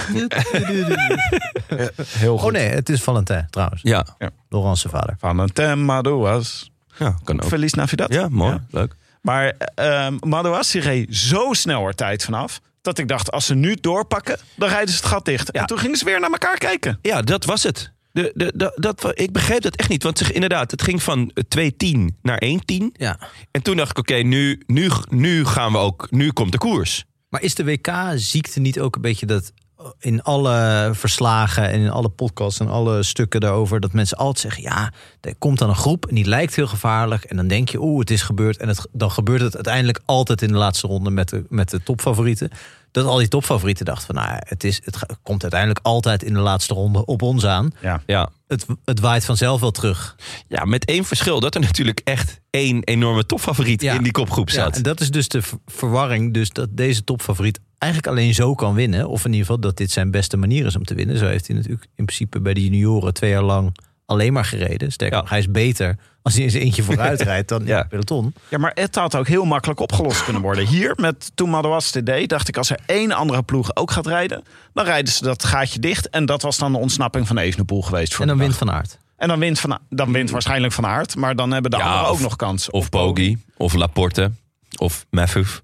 heel Oh nee, het is Valentin trouwens. Ja, Laurence zijn vader. Van een Tem Madouas. ja kan ook. Verlies Navidad. Oh. Ja, mooi, Ja. leuk. Maar eh, Madouas die reed zo snel er tijd vanaf. Dat ik dacht, als ze nu doorpakken, dan rijden ze het gat dicht. En toen gingen ze weer naar elkaar kijken. Ja, dat was het. De, de, de- dat, wa- ik begreep dat echt niet. Want ze- inderdaad, het ging van eh, 2-10 naar 1-10. Ja. En toen dacht ik, oké, nu, nu, nu gaan we ook. Nu komt de koers. Maar is de WK-ziekte niet ook een beetje dat in alle verslagen en in alle podcasts en alle stukken daarover dat mensen altijd zeggen: ja, er komt dan een groep en die lijkt heel gevaarlijk. En dan denk je, oeh, het is gebeurd. En het, dan gebeurt het uiteindelijk altijd in de laatste ronde met de, met de topfavorieten. Dat al die topfavorieten dachten van, nou, het, is, het ga- komt uiteindelijk altijd in de laatste ronde op ons aan. Ja. Ja. Het, het waait vanzelf wel terug. ja, met één verschil. Dat er natuurlijk echt één enorme topfavoriet Ja. in die kopgroep Ja, zat. en dat is dus de ver- verwarring. Dus dat deze topfavoriet eigenlijk alleen zo kan winnen. Of in ieder geval dat dit zijn beste manier is om te winnen. Zo heeft hij natuurlijk in principe bij de junioren twee jaar lang alleen maar gereden. Sterker Ja. nog, hij is beter als hij in zijn eentje vooruit rijdt dan in Ja. het peloton. ja, maar het had ook heel makkelijk opgelost kunnen worden. Hier, met toen Madouas dit deed, dacht ik... als er één andere ploeg ook gaat rijden... dan rijden ze dat gaatje dicht. En dat was dan de ontsnapping van Evenepoel geweest. Voor En dan de dag. wint Van Aert. en dan wint, van, dan wint waarschijnlijk Van Aert. Maar dan hebben de Ja, anderen of- ook nog kans. Of Bogie, of Laporte, of Meffuf.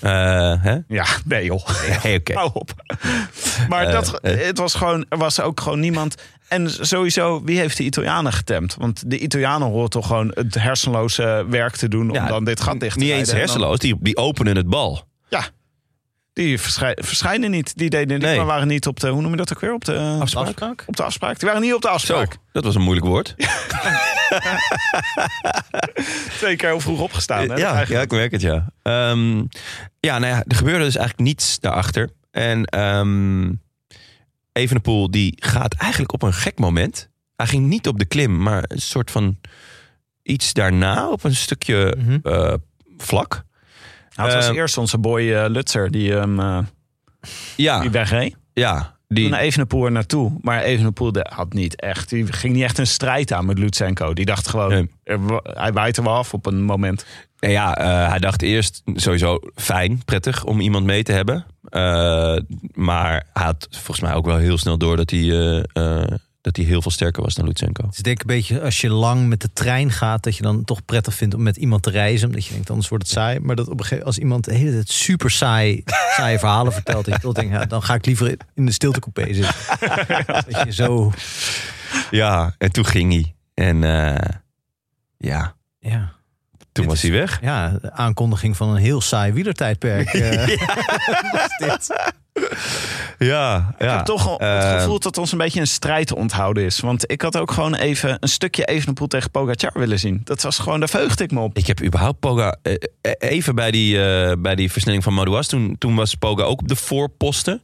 Eh, hè? Ja, nee joh. Hey, oké. Hou op. Maar Eh, dat, eh. het was gewoon, er was ook gewoon niemand. En sowieso, wie heeft de Italianen getemd? Want de Italianen horen toch gewoon het hersenloze werk te doen... om Ja, dan dit gat dicht te Niet eens rijden. En dan- hersenloos, die, die openen het bal. ja, die verschij- verschijnen niet. Die deden niet, Nee. maar waren niet op de... Hoe noem je dat ook weer? Op de eh, Afspraak? Op de afspraak. Die waren niet op de Zo, afspraak. dat was een moeilijk woord. Twee keer heel vroeg opgestaan. Hè? Eh, Ja, ja, Eigenlijk. ik merk het, ja. Ehm, ja, nou ja, er gebeurde dus eigenlijk niets daarachter. En ehm Evenepoel die gaat eigenlijk op een gek moment. Hij ging niet op de klim, maar een soort van iets daarna op een stukje Mhm. eh, vlak. Nou, het was Ehm. eerst onze boy eh, Lutzer die, hem eh Ja, die wegreed. ja. Toen Ah. Die, naar Evenepoel er naartoe. Maar Evenepoel de- had niet echt... Die ging niet echt een strijd aan met Lutsenko. Die dacht gewoon... Nee. er wa- hij waait er wel af op een moment. Nou ja, eh, hij dacht eerst sowieso fijn, prettig om iemand mee te hebben. Eh, maar hij had volgens mij ook wel heel snel door dat hij, eh, eh, dat hij heel veel sterker was dan Lutsenko. Dus ik denk een beetje als je lang met de trein gaat, dat je dan toch prettig vindt om met iemand te reizen. Omdat je denkt, anders wordt het saai. Maar dat op een gegeven moment, als iemand de hele tijd super saai, saaie verhalen vertelt, dat je toch denkt, ja, dan ga ik liever in de stiltecoupé zitten. dat je zo, Ja, en toen ging hij. En eh, ja, ja, toen was is- hij weg. ja, de aankondiging van een heel saai wielertijdperk. eh, was dit. Ja, Ik ja. heb toch al het Eh, gevoel dat ons een beetje een strijd te onthouden is. Want ik had ook gewoon even een stukje Evenepoel tegen Pogacar willen zien. Dat was gewoon, daar verheugde ik me op. Ik heb überhaupt Poga... eh, eh, even bij die, eh, bij die versnelling van Madouas. Toen, toen was Poga ook op de voorposten.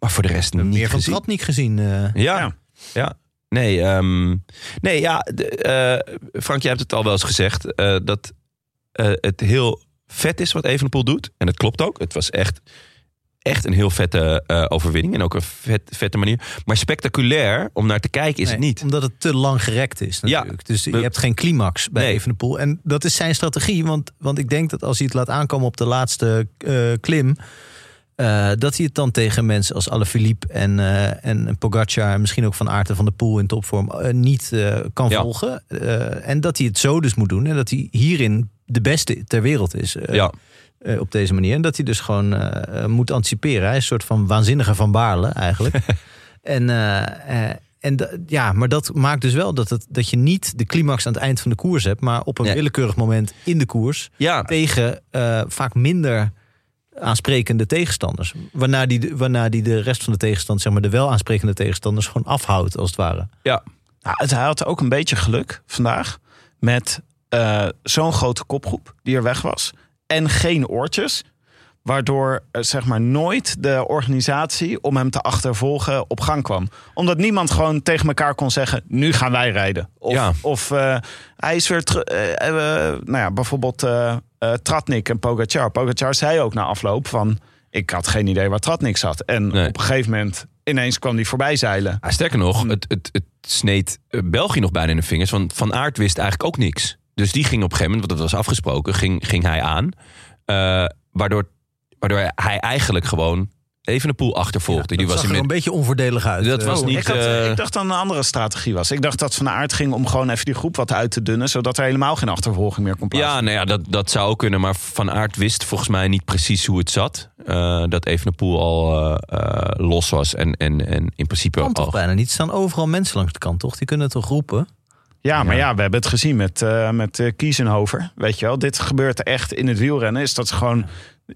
Maar voor de rest niet Meer van gezien. Trap niet gezien. eh. Ja, ja. Ja. Nee, ehm, nee ja, de, eh, Frank, jij hebt het al wel eens gezegd. eh, dat eh, het heel vet is wat Evenepoel doet. En dat klopt ook. Het was echt, echt een heel vette eh, overwinning. En ook een vet, vette manier. Maar spectaculair om naar te kijken is het Nee, niet. Omdat het te lang gerekt is natuurlijk. dus je hebt geen climax bij Nee. Evenepoel. En dat is zijn strategie. Want, want ik denk dat als hij het laat aankomen op de laatste eh, klim... eh, dat hij het dan tegen mensen als Alaphilippe en, eh en Pogacar... en misschien ook Van Aert en Van der Poel in topvorm eh, niet eh, kan Ja. volgen. Eh, en dat hij het zo dus moet doen. En dat hij hierin de beste ter wereld is. eh, ja, eh, op deze manier. En dat hij dus gewoon eh, eh, moet anticiperen. Hij is een soort van waanzinnige van Baarle eigenlijk. en eh, eh, en da- ja, maar dat maakt dus wel dat, het, dat je niet de climax aan het eind van de koers hebt. Maar op een Nee. willekeurig moment in de koers. ja, Tegen eh, vaak minder aansprekende tegenstanders. Waarna die, de- waarna die de rest van de tegenstanders, zeg maar de wel aansprekende tegenstanders, gewoon afhoudt als het ware. ja. Nou, het, hij had ook een beetje geluk vandaag met eh, zo'n grote kopgroep die er weg was. En geen oortjes. Waardoor eh, zeg maar nooit de organisatie om hem te achtervolgen op gang kwam. Omdat niemand gewoon tegen elkaar kon zeggen: nu gaan wij rijden. Of, Ja. of eh, hij is weer terug. nou ja, bijvoorbeeld eh eh, Tratnik en Pogacar. Pogacar zei ook na afloop van. Ik had geen idee waar Tratnik zat. En Nee. op een gegeven moment ineens kwam hij voorbij zeilen. Ah, sterker nog, Hmm. het, het, het sneed eh, België nog bijna in de vingers. Want Van Aert wist eigenlijk ook niks. Dus die ging op een gegeven moment, want dat was afgesproken, ging, ging hij aan. Eh, waardoor, waardoor hij eigenlijk gewoon even een poel achtervolgde. die dat was zag er in een mid- beetje onvoordelig uit. Dat eh, was voor- niet- Ik, had, eh, ik dacht dat een andere strategie was. Ik dacht dat Van Aert ging om gewoon even die groep wat uit te dunnen... zodat er helemaal geen achtervolging meer kon plaatsvinden. ja, nou ja, dat, dat zou ook kunnen. Maar Van Aert wist volgens mij niet precies hoe het zat. Eh dat Evenepoel al eh, eh, los was. En, en, en in principe kan toch al... bijna niet. Er staan overal mensen langs de kant, toch? Die kunnen het toch roepen? Ja, maar ja, we hebben het gezien met, eh met eh, Kiezenhover. Weet je wel, dit gebeurt echt in het wielrennen. Is dat ze gewoon...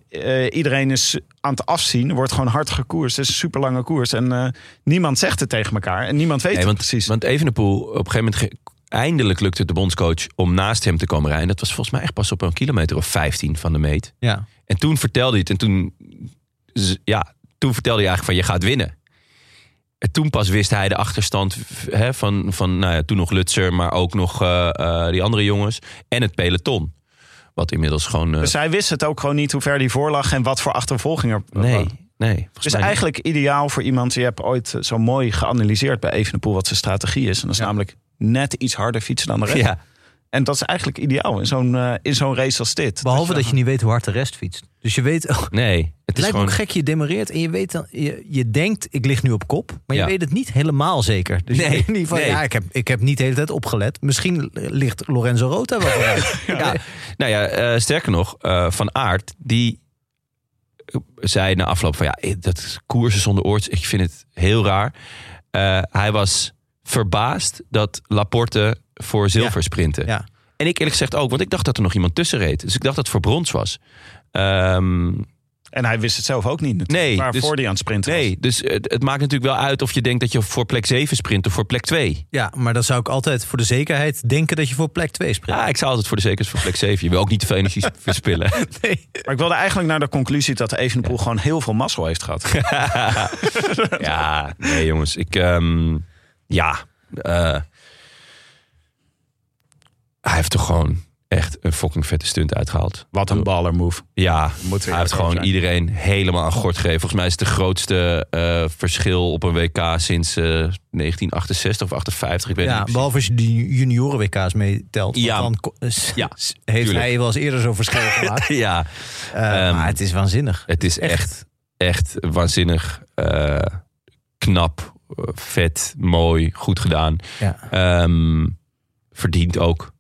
eh, iedereen is aan het afzien. Er wordt gewoon hard gekoerst. Het is een superlange koers. En eh, niemand zegt het tegen elkaar. En niemand weet Nee, het want, precies. want Evenepoel, op een gegeven moment... ge- Eindelijk lukte het de bondscoach om naast hem te komen rijden. Dat was volgens mij echt pas op een kilometer of 15 van de meet. Ja. En toen vertelde hij het. En toen, z- ja, toen vertelde hij eigenlijk van je gaat winnen. En toen pas wist hij de achterstand v- hè, van, van nou ja, toen nog Lutzer, maar ook nog eh, eh, die andere jongens. En het peloton. Wat inmiddels gewoon... eh, dus hij wist het ook gewoon niet hoe ver die voor lag... en wat voor achtervolging er nee, nee. volgens Dus mij niet. eigenlijk ideaal voor iemand. Je hebt ooit eh, zo mooi geanalyseerd bij Evenepoel wat zijn strategie is. En dat is namelijk net iets harder fietsen dan de rest. Ja, En dat is eigenlijk ideaal in zo'n eh, in zo'n race als dit. Behalve dat je niet weet hoe hard de rest fietst. Dus je weet, het nee. Het is lijkt me gewoon... ook gek, je demareert en je weet dan, je, je denkt ik lig nu op kop, maar Ja. je weet het niet helemaal zeker. Dus Nee, je weet niet van, nee. ja, ik heb, ik heb niet de hele tijd opgelet. Misschien ligt Lorenzo Rota wel vooruit. Ja. Nou ja, eh, sterker nog, eh, Van Aert, die eh, zei na afloop van ja, eh, dat koersen zonder oorts, ik vind het heel raar. Eh, hij was verbaasd dat Laporte voor zilver sprintte. ja. En ik eerlijk gezegd ook, want ik dacht dat er nog iemand tussen reed. Dus ik dacht dat het voor brons was. Ehm, En hij wist het zelf ook niet natuurlijk. Nee, waarvoor dus- die aan het sprinten was. nee, dus het, het maakt natuurlijk wel uit of je denkt dat je voor plek 7 sprint of voor plek 2. ja, maar dan zou ik altijd voor de zekerheid denken dat je voor plek 2 spreekt. Ja, ik zou altijd voor de zekerheid voor plek 7. Je wil ook niet te veel energie verspillen. Nee. Maar ik wilde eigenlijk naar de conclusie dat Evenepoel gewoon heel veel mazzel heeft gehad. Ja, nee jongens. Ik, ehm, ja. eh, hij heeft toch gewoon echt een fucking vette stunt uitgehaald. Wat een baller move. Ja, Moet weer hij heeft eerlijk gewoon zijn. iedereen helemaal aan gort gegeven. Volgens mij is het de grootste eh, verschil op een WK sinds eh, 1968 of 58. Ik weet Ja, niet precies. behalve als je die junioren WK's meetelt. want Ja. Dan ko- s- Ja, s- heeft tuurlijk. hij wel eens eerder zo'n verschil gemaakt. Ja, Eh, Ehm, maar het is waanzinnig. het is echt, echt waanzinnig eh, knap eh, vet, mooi, goed gedaan. Ja. Ehm, verdient ook.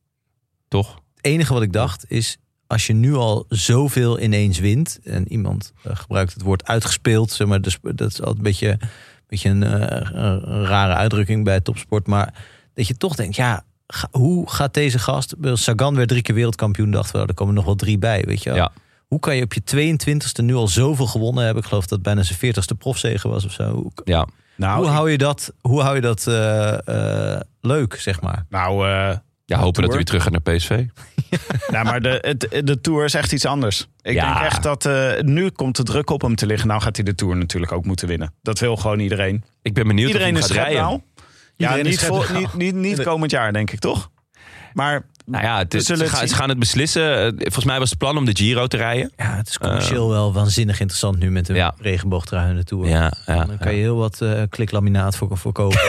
Toch? Het enige wat ik dacht is, als je nu al zoveel ineens wint... en iemand eh, gebruikt het woord uitgespeeld, zeg maar, dus, dat is altijd een beetje, een beetje een eh, een rare uitdrukking bij topsport... maar dat je toch denkt, ja, ga- hoe gaat deze gast... Sagan werd drie keer wereldkampioen, dachten we, oh, er komen nog wel drie bij, weet je wel. Ja. Hoe kan je op je 22e nu al zoveel gewonnen hebben? Ik geloof dat het bijna zijn 40ste profzege was of zo. Hoe, Ja. Nou, hoe ik- hou je dat, hoe hou je dat eh, eh, leuk, zeg maar? nou, eh, Ja, hopen dat Tour. we weer terug gaan naar PSV. nou, maar de, het, de Tour is echt iets anders. Ik Ja. denk echt dat eh, nu komt de druk op hem te liggen. Nou gaat hij de Tour natuurlijk ook moeten winnen. Dat wil gewoon iedereen. Ik ben benieuwd iedereen of is nou. hij gaat rijden. schepnaal. Ja, Iedereen is niet, vol, schepnaal. niet, niet, niet komend jaar, denk ik, toch? Maar Nou ja, het, We is- zullen ze, het gaan, ze zien. gaan het beslissen. Eh, Volgens mij was het plan om de Giro te rijden. Ja, het is commercieel wel waanzinnig interessant nu met de Ehm. Ja. regenboogtrui in de Tour. Ja, ja, Dan kan je heel wat eh, kliklaminaat voor, voor kopen.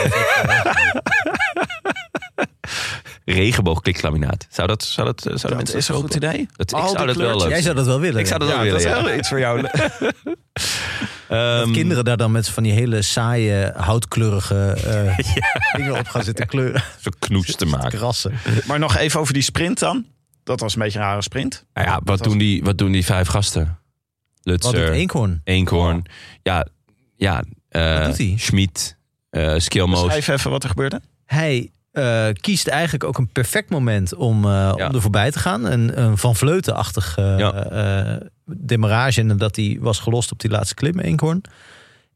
Regenboogkliklaminaat. Zou dat, zou dat, zou dat, mensen is een kopen? goed idee. Dat, ik Al zou die dat wel kleurtjes. leuk Jij zou dat wel willen. Ik zou dat ja, wel willen, dat is ja. wel iets voor jou. Ehm, Dat kinderen daar dan met van die hele saaie, houtkleurige eh, dingen op gaan zitten kleuren. Zo knoes te maken. Krassen. Maar nog even over die sprint dan. Dat was een beetje een rare sprint. Nou ja, wat was- doen, die, wat doen die vijf gasten? Wat doet Lutzer, Eenkhoorn? Eenkhoorn. Ja, ja eh doet hij? Schmid, eh Skilmoos. Schrijf even wat er gebeurde. Hij eh, kiest eigenlijk ook een perfect moment om, eh, Ja. om er voorbij te gaan. Een, een Van Vleuten-achtig eh Ja. eh, demarrage. En dat hij was gelost op die laatste klim, Eenkhoorn.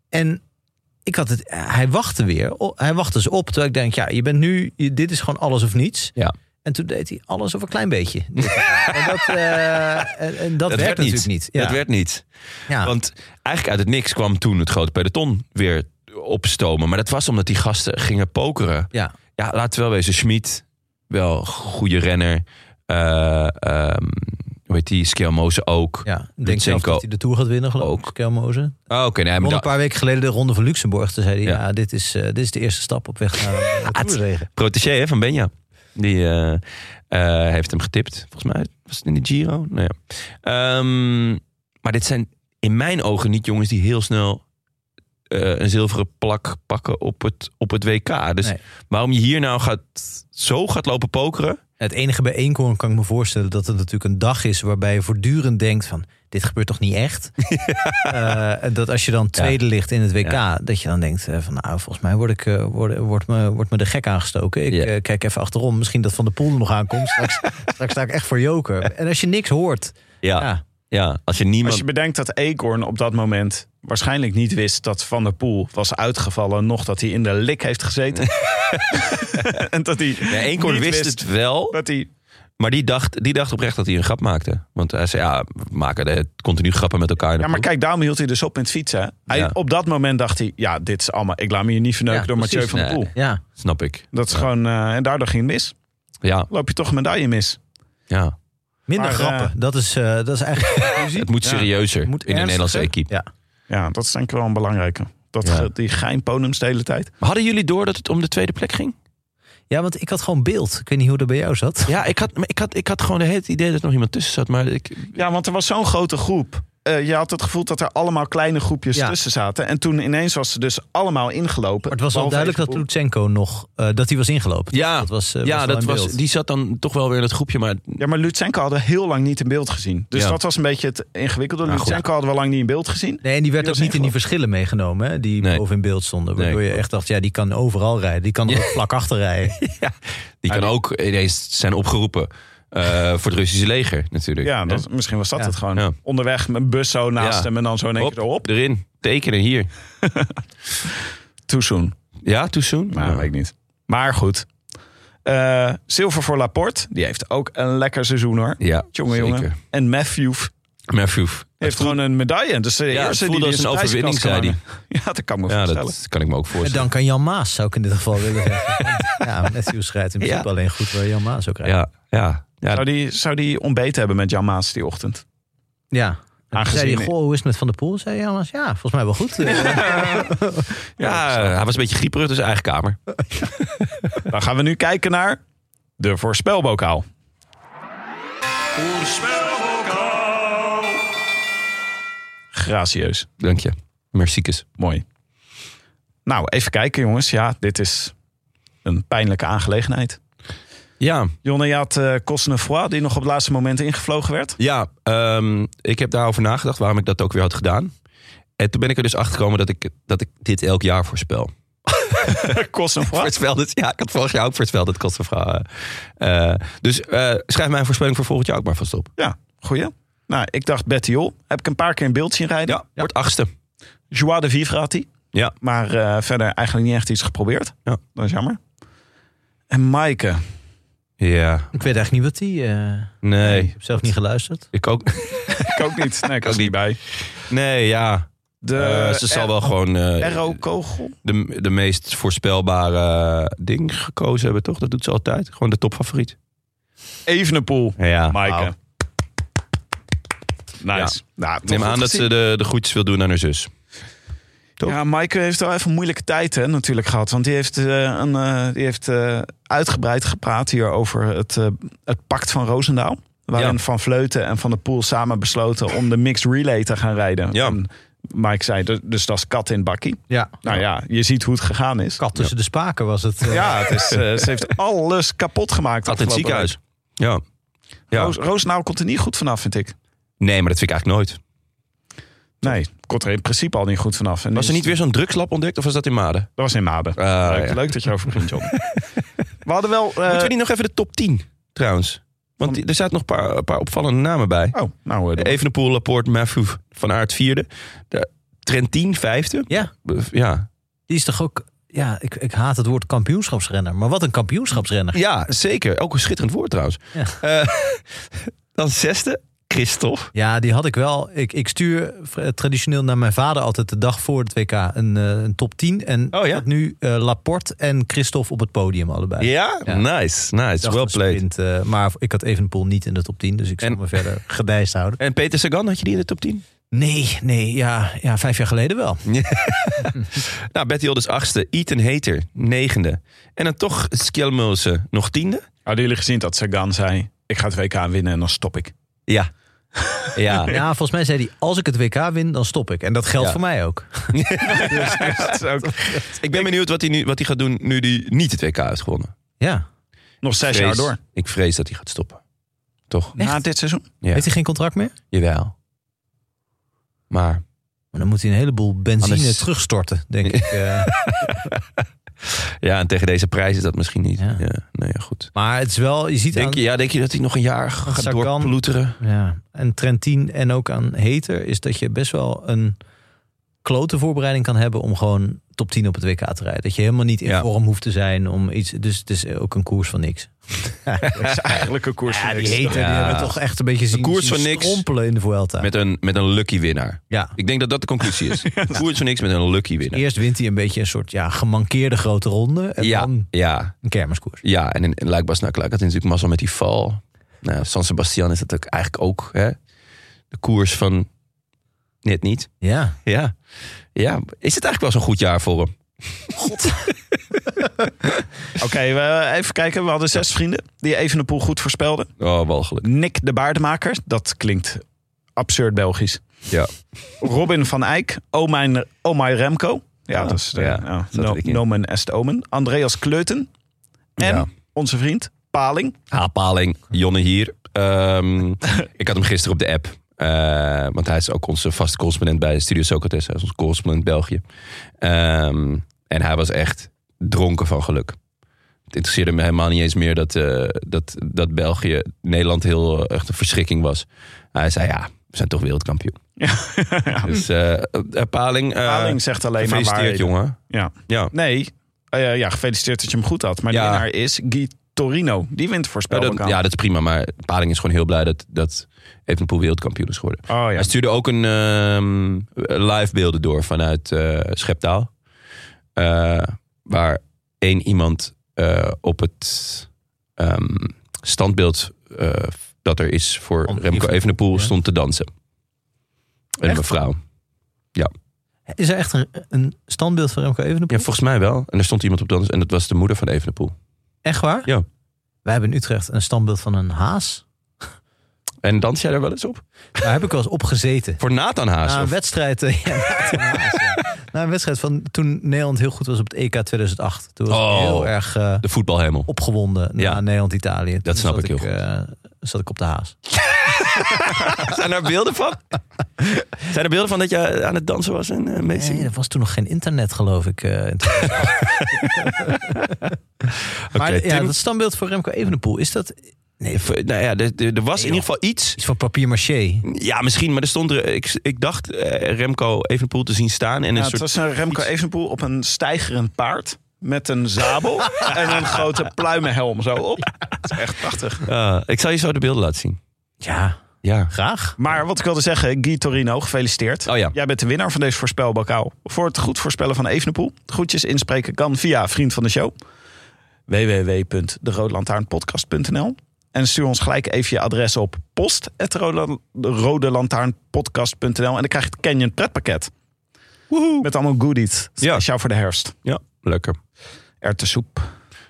En ik had het, hij wachtte weer. O- Hij wachtte ze op. Terwijl ik denk, ja, je bent nu, je- dit is gewoon alles of niets. Ja. En toen deed hij alles of een klein beetje. en dat, eh, en, en dat, Dat werkt werd niet. natuurlijk niet. Ja. Ah. Dat werd niet. ja. Want eigenlijk uit het niks kwam toen het grote peloton weer opstomen. Maar dat was omdat die gasten gingen pokeren. ja. Ja, laten we wel wezen. Schmid, wel goede renner. Eh ehm hoe heet die? Skjelmozen ook. ja. Ik Denk zelf Lutsenko. dat hij de Tour gaat winnen, geloof ik. Ook. Kelmozen. Oh, Oké, nee, maar Won een dat- paar weken geleden de Ronde van Luxemburg. Toen zei hij, ja, Ja. dit, is, eh, dit is de eerste stap op weg naar eh, de Toerzegen. protégé hè, van Benja. Die eh, eh, heeft hem getipt. Volgens mij was het in de Giro. Nou ja. Ehm, maar dit zijn in mijn ogen niet jongens die heel snel eh, een zilveren plak pakken op het, op het WK. Dus Nee. waarom je hier nou gaat, zo gaat lopen pokeren. Het enige bij Eenkhoorn kan ik me voorstellen dat het natuurlijk een dag is... waarbij je voortdurend denkt van, dit gebeurt toch niet echt? Eh, en dat als je dan tweede ligt in het WK, Ja. dat je dan denkt eh, van... nou, volgens mij word ik, eh, word, wordt me, wordt me de gek aangestoken. Ik Ja. eh, kijk even achterom, misschien dat Van de Poel er nog aankomt. Straks, straks sta ik echt voor joker. En als je niks hoort, Ja, ja. ja, als je niemand... Als je bedenkt dat Eekhoorn op dat moment waarschijnlijk niet wist dat Van der Poel was uitgevallen, nog dat hij in de lik heeft gezeten. en dat hij Ja, Eenkhoorn niet wist het wel. dat hij Maar die dacht, die dacht oprecht dat hij een grap maakte. Want hij zei, ja, we maken de, continu grappen met elkaar. in de Ja, maar ploeg. kijk, daarom hield hij dus op met fietsen. hè. Hij, Ja. Op dat moment dacht hij, ja, dit is allemaal... Ik laat me hier niet verneuken Ja, door Mathieu precies. van der Nee. Poel. ja. Snap ik. Dat is gewoon... eh, en daardoor ging het mis. Ja, Loop je toch een medaille mis. ja. minder Maar, eh, grappen. dat, is, eh, dat is eigenlijk... de conclusie. Het moet Ja. serieuzer Moet in de Nederlandse ernstiger. equipe. Ja. Ja, dat is denk ik wel een belangrijke. Dat Ja. ge- die geinponums de hele tijd. Maar hadden jullie door dat het om de tweede plek ging? Ja, want ik had gewoon beeld. Ik weet niet hoe dat bij jou zat. Ja, ik had, maar ik had, ik had gewoon het idee dat er nog iemand tussen zat. Maar ik, Ja, want er was zo'n grote groep. Eh, je had het gevoel dat er allemaal kleine groepjes Ja. tussen zaten. En toen ineens was ze dus allemaal ingelopen. Maar het was al Behalve duidelijk dat Evenepoel. Lutsenko nog... eh, dat hij was ingelopen. ja, Dat was, eh, ja wel dat in was, beeld. die zat dan toch wel weer in het groepje. Maar Ja, maar Lutsenko hadden we heel lang niet in beeld gezien. Dus Ja. dat was een beetje het ingewikkelde. Nou, goed. Lutsenko hadden we lang niet in beeld gezien. Nee, en die werd Die ook was niet in die verschillen meegenomen, hè, die Nee. boven in beeld stonden. Nee, Waardoor je klopt. echt dacht, ja, die kan overal rijden. Die kan er Ja. ook vlak achter rijden. die kan ook ineens zijn opgeroepen eh, voor het Russische leger natuurlijk. Ja, dat, misschien was dat Ja. het gewoon. Ja. Onderweg met een bus zo naast Ja. hem en dan zo in één Hop, keer erop. erin. Tekenen hier. Too soon. Ja, too soon? Maar Ja. weet Nou, ik niet. Maar goed. Eh, Zilver voor Laporte. Die heeft ook een lekker seizoen hoor. Ja, Jongen, jongen. En Matthew Matthew. heeft gewoon een medaille. Dus de Ja, het eerste die voelde als die in een zijn overwinning, zei prijzenkast kan hangen. Ja, dat kan ik me Ja, voorstellen. dat kan ik me ook En voorstellen. dan kan Jan Maas, zou ik in dit geval willen zeggen. Want, Ja, Matthews rijdt in principe Ja. alleen goed waar Jan Maas ook rijdt. Ja, ja. ja. Zou die, zou die ontbeten hebben met Jan Maas die ochtend? Ja. En toen zei Aangezien- hij, goh, hoe is het met Van der Poel? Zei Jan Maas, ja, volgens mij wel goed. Eh, ja, hij was een beetje grieperig, dus eigen kamer. Dan gaan we nu kijken naar de voorspelbokaal. Gracieus. Dank je. Merciekes. Mooi. Nou, even kijken jongens. Ja, dit is een pijnlijke aangelegenheid. Ja, Jonne, je had eh Cosnefroid, die nog op het laatste moment ingevlogen werd. ja ehm, ik heb daarover nagedacht waarom ik dat ook weer had gedaan. En toen ben ik er dus achter gekomen dat ik, dat ik dit elk jaar voorspel. Cosnefroid? Voorspel dit, ja, ik had vorig jaar ook voorspeld dat kost een vrouw. eh, eh, dus eh, schrijf mijn voorspelling voor volgend jaar ook maar vast op. Ja, goeie. Nou, ik dacht Betty Jol. Heb ik een paar keer in beeld zien rijden. Ja, wordt achtste. Joie de Vivre had hij. Ja. Maar eh, verder eigenlijk niet echt iets geprobeerd. Ja. Dat is jammer. En Maaike. Ja, Ik weet eigenlijk niet wat die... eh, Ik nee, heb zelf niet geluisterd. ik ook. Ik ook niet. Nee, ik ook ook niet bij. Nee, ja. De Eh, ze zal wel gewoon eh, R.O. Kogel. de, de meest voorspelbare eh, ding gekozen hebben, toch? Dat doet ze altijd. Gewoon de topfavoriet. Evenepoel. Ja, Maaike. Nice. Nou, toch Neem aan goed dat ze gezien. de, de groetjes wil doen aan haar zus. toch? Ja, Maaike heeft wel even een moeilijke tijd hè, natuurlijk gehad. Want die heeft, eh, een, eh, die heeft eh, uitgebreid gepraat hier over het, eh, het pact van Roosendaal. Waarin Ja. Van Vleuten en Van der Poel samen besloten om de mixed relay te gaan rijden. Ja. En Mike zei, dus- dus dat is kat in bakkie. Ja. Nou ja, je ziet hoe het gegaan is. Kat tussen de spaken was het. eh. Ja, het is, eh, ze heeft alles kapot gemaakt. Zat in het afgelopen ziekenhuis. Ja. week. ja. Roos, Roosendaal komt er niet goed vanaf, vind ik. Nee, maar dat vind ik eigenlijk nooit. Nee, komt er in principe al niet goed vanaf. En Was er is- niet weer zo'n drugslab ontdekt of was dat in Maden? Dat was in Maden. Ah, leuk, dus ja. leuk dat je over begint, John. We hadden wel... eh, Moeten we niet nog even de top 10 trouwens? Want die- er zaten nog een paar, een paar opvallende namen bij. Oh, nou... eh, doe- Evenepoel, Laporte, Mafou van Aert vierde. De Trentin vijfde. ja, Ja, die is toch ook... Ja, ik, ik haat het woord kampioenschapsrenner. Maar wat een kampioenschapsrenner. ja zeker. Ook een schitterend woord trouwens. Ja. Eh, dan zesde, Christophe. Ja, die had ik wel. Ik, ik stuur eh, traditioneel naar mijn vader altijd de dag voor het WK een, eh, een top 10. En Oh, ja? ik had nu eh, Laporte en Christophe op het podium allebei. Ja? Ja. nice, Ik nice. dacht Well een played. sprint, eh, maar ik had Evenepoel niet in de top 10, dus ik zal En- me verder gedijst houden. En Peter Sagan, had je die in de top 10? Nee, nee, ja, ja vijf jaar geleden wel. Nou, Betty Olders achtste, Ethan Hater negende. En dan toch Skjelmulsen nog tiende. Hadden jullie gezien dat Sagan zei... Ik ga het WK winnen en dan stop ik. Ja. Ja. Ja, volgens mij zei hij, als ik het WK win, dan stop ik. En dat geldt Ja. voor mij ook. Dat is ook- Ik ben benieuwd wat hij, nu, wat hij gaat doen nu hij niet het WK heeft gewonnen. Ja. Nog zes Vrees- jaar door. Ik vrees dat hij gaat stoppen. Toch? Na dit seizoen? Ja. Heeft hij geen contract meer? Jawel. Maar Maar dan moet hij een heleboel benzine Anders- terugstorten, denk ik. eh. ja, en tegen deze prijs is dat misschien niet. Ja. Ja. nee, ja, goed. maar het is wel, je ziet aan- Denk je, ja, denk je dat hij nog een jaar gaat Sagan- doorploeteren? Ja, en Trentin en ook aan Heter is dat je best wel een klote voorbereiding kan hebben om gewoon top 10 op het WK te rijden. Dat je helemaal niet in Ja. vorm hoeft te zijn om iets. Dus het is ook een koers van niks. Dat is eigenlijk een koers van niks. die Ja. hebben we toch echt een beetje zien, koers zien van niks. strompelen in de Vuelta. Met een, met een lucky winnaar. ja. Ik denk dat dat de conclusie is. Hoe is er niks met een lucky winnaar? Eerst wint hij een beetje een soort ja, gemankeerde grote ronde. En Ja, dan ja, een kermiskoers. Ja, en in, in Luik had hij natuurlijk massa met die val. Nou, San Sebastian is dat ook eigenlijk ook hè? de koers van net niet. Ja. Ja. ja, is het eigenlijk wel zo'n goed jaar voor hem? Oké, we- even kijken. We hadden zes vrienden die Evenepoel goed voorspelden. Oh, walgelijk. Nick de Baardmaker. Dat klinkt absurd Belgisch. Ja. Robin van Eyck. Oh mijn, oh mijn Remco. Ja, Ah, dat is de, ja, ja, zat no- er ik in. nomen est omen. Andreas Kleuten. En Ja. onze vriend Paling. Haapaling, Ah, Jonne hier. Ehm, ik had hem gisteren op de app. Eh, want hij is ook onze vaste correspondent bij Studio Socrates. Hij is onze correspondent België. Ehm, en hij was echt dronken van geluk. Het interesseerde me helemaal niet eens meer dat, eh, dat, dat België, Nederland heel eh, echt een verschrikking was. Hij zei ja, we zijn toch wereldkampioen. Dus eh, eh, Paling, eh, Paling zegt alleen maar waar. gefeliciteerd jongen. Ja. Ja. Nee, eh, ja, gefeliciteerd dat je hem goed had. Maar Ja. de winnaar is Guy Torino. Die wint Ja, voorspelbaar. dat, ja, dat is prima. Maar Paling is gewoon heel blij dat, dat Evenepoel wereldkampioen is geworden. Oh ja. Hij stuurde ook een ehm, live beelden door vanuit eh, Scheptaal. Eh, waar één iemand eh, op het ehm, standbeeld eh, dat er is voor Van Remco Evenepoel, Evenepoel ja. stond te dansen. En een Echt? mevrouw. Is er echt een, een standbeeld van Remco Ja, Evenepoel? volgens mij wel. En er stond iemand op te dansen. En dat was de moeder van Evenepoel. Echt waar? Ja. Wij hebben in Utrecht een standbeeld van een haas. En dans jij daar wel eens op? Daar heb ik wel eens op gezeten. Voor Nathan Haas. Na een of- wedstrijd. eh, ja, na een haas, ja. naar een wedstrijd van toen Nederland heel goed was op het E EK 2008. Toen was ik Oh. heel erg eh, De voetbalhemel. opgewonden Ja. naar Nederland-Italië. Toen snap zat ik heel goed. eh, zat ik op de haas. Zijn er beelden van? Zijn er beelden van dat je aan het dansen was en eh Nee, meezingen? er was toen nog geen internet, geloof ik. eh, in 2008. maar Oké, ja, Tim. dat standbeeld voor Remco Evenepoel, is dat Nee, v- nou ja, er, er- er was in ieder geval iets. iets van papier-maché? Ja, misschien, maar er stond er. Ik, ik dacht eh, Remco Evenepoel te zien staan. En een Ja, het soort, was een Remco Evenepoel op een stijgerend paard. Met een zabel en een grote pluimenhelm zo op. Dat is echt prachtig. Eh, ik zal je zo de beelden laten zien. Ja, Ja. graag. Maar wat ik wilde zeggen, Guy Torino, gefeliciteerd. Oh ja. Jij bent de winnaar van deze voorspelbokaal. Voor het goed voorspellen van Evenepoel. Groetjes inspreken kan via vriend van de show. www.deroodlantaarnpodcast.nl En stuur ons gelijk even je adres op post.rodelantaarnpodcast.nl En dan krijg je het Canyon pretpakket. Met allemaal goodies. Ja. Speciaal voor de herfst. ja, lekker. Erwtensoep.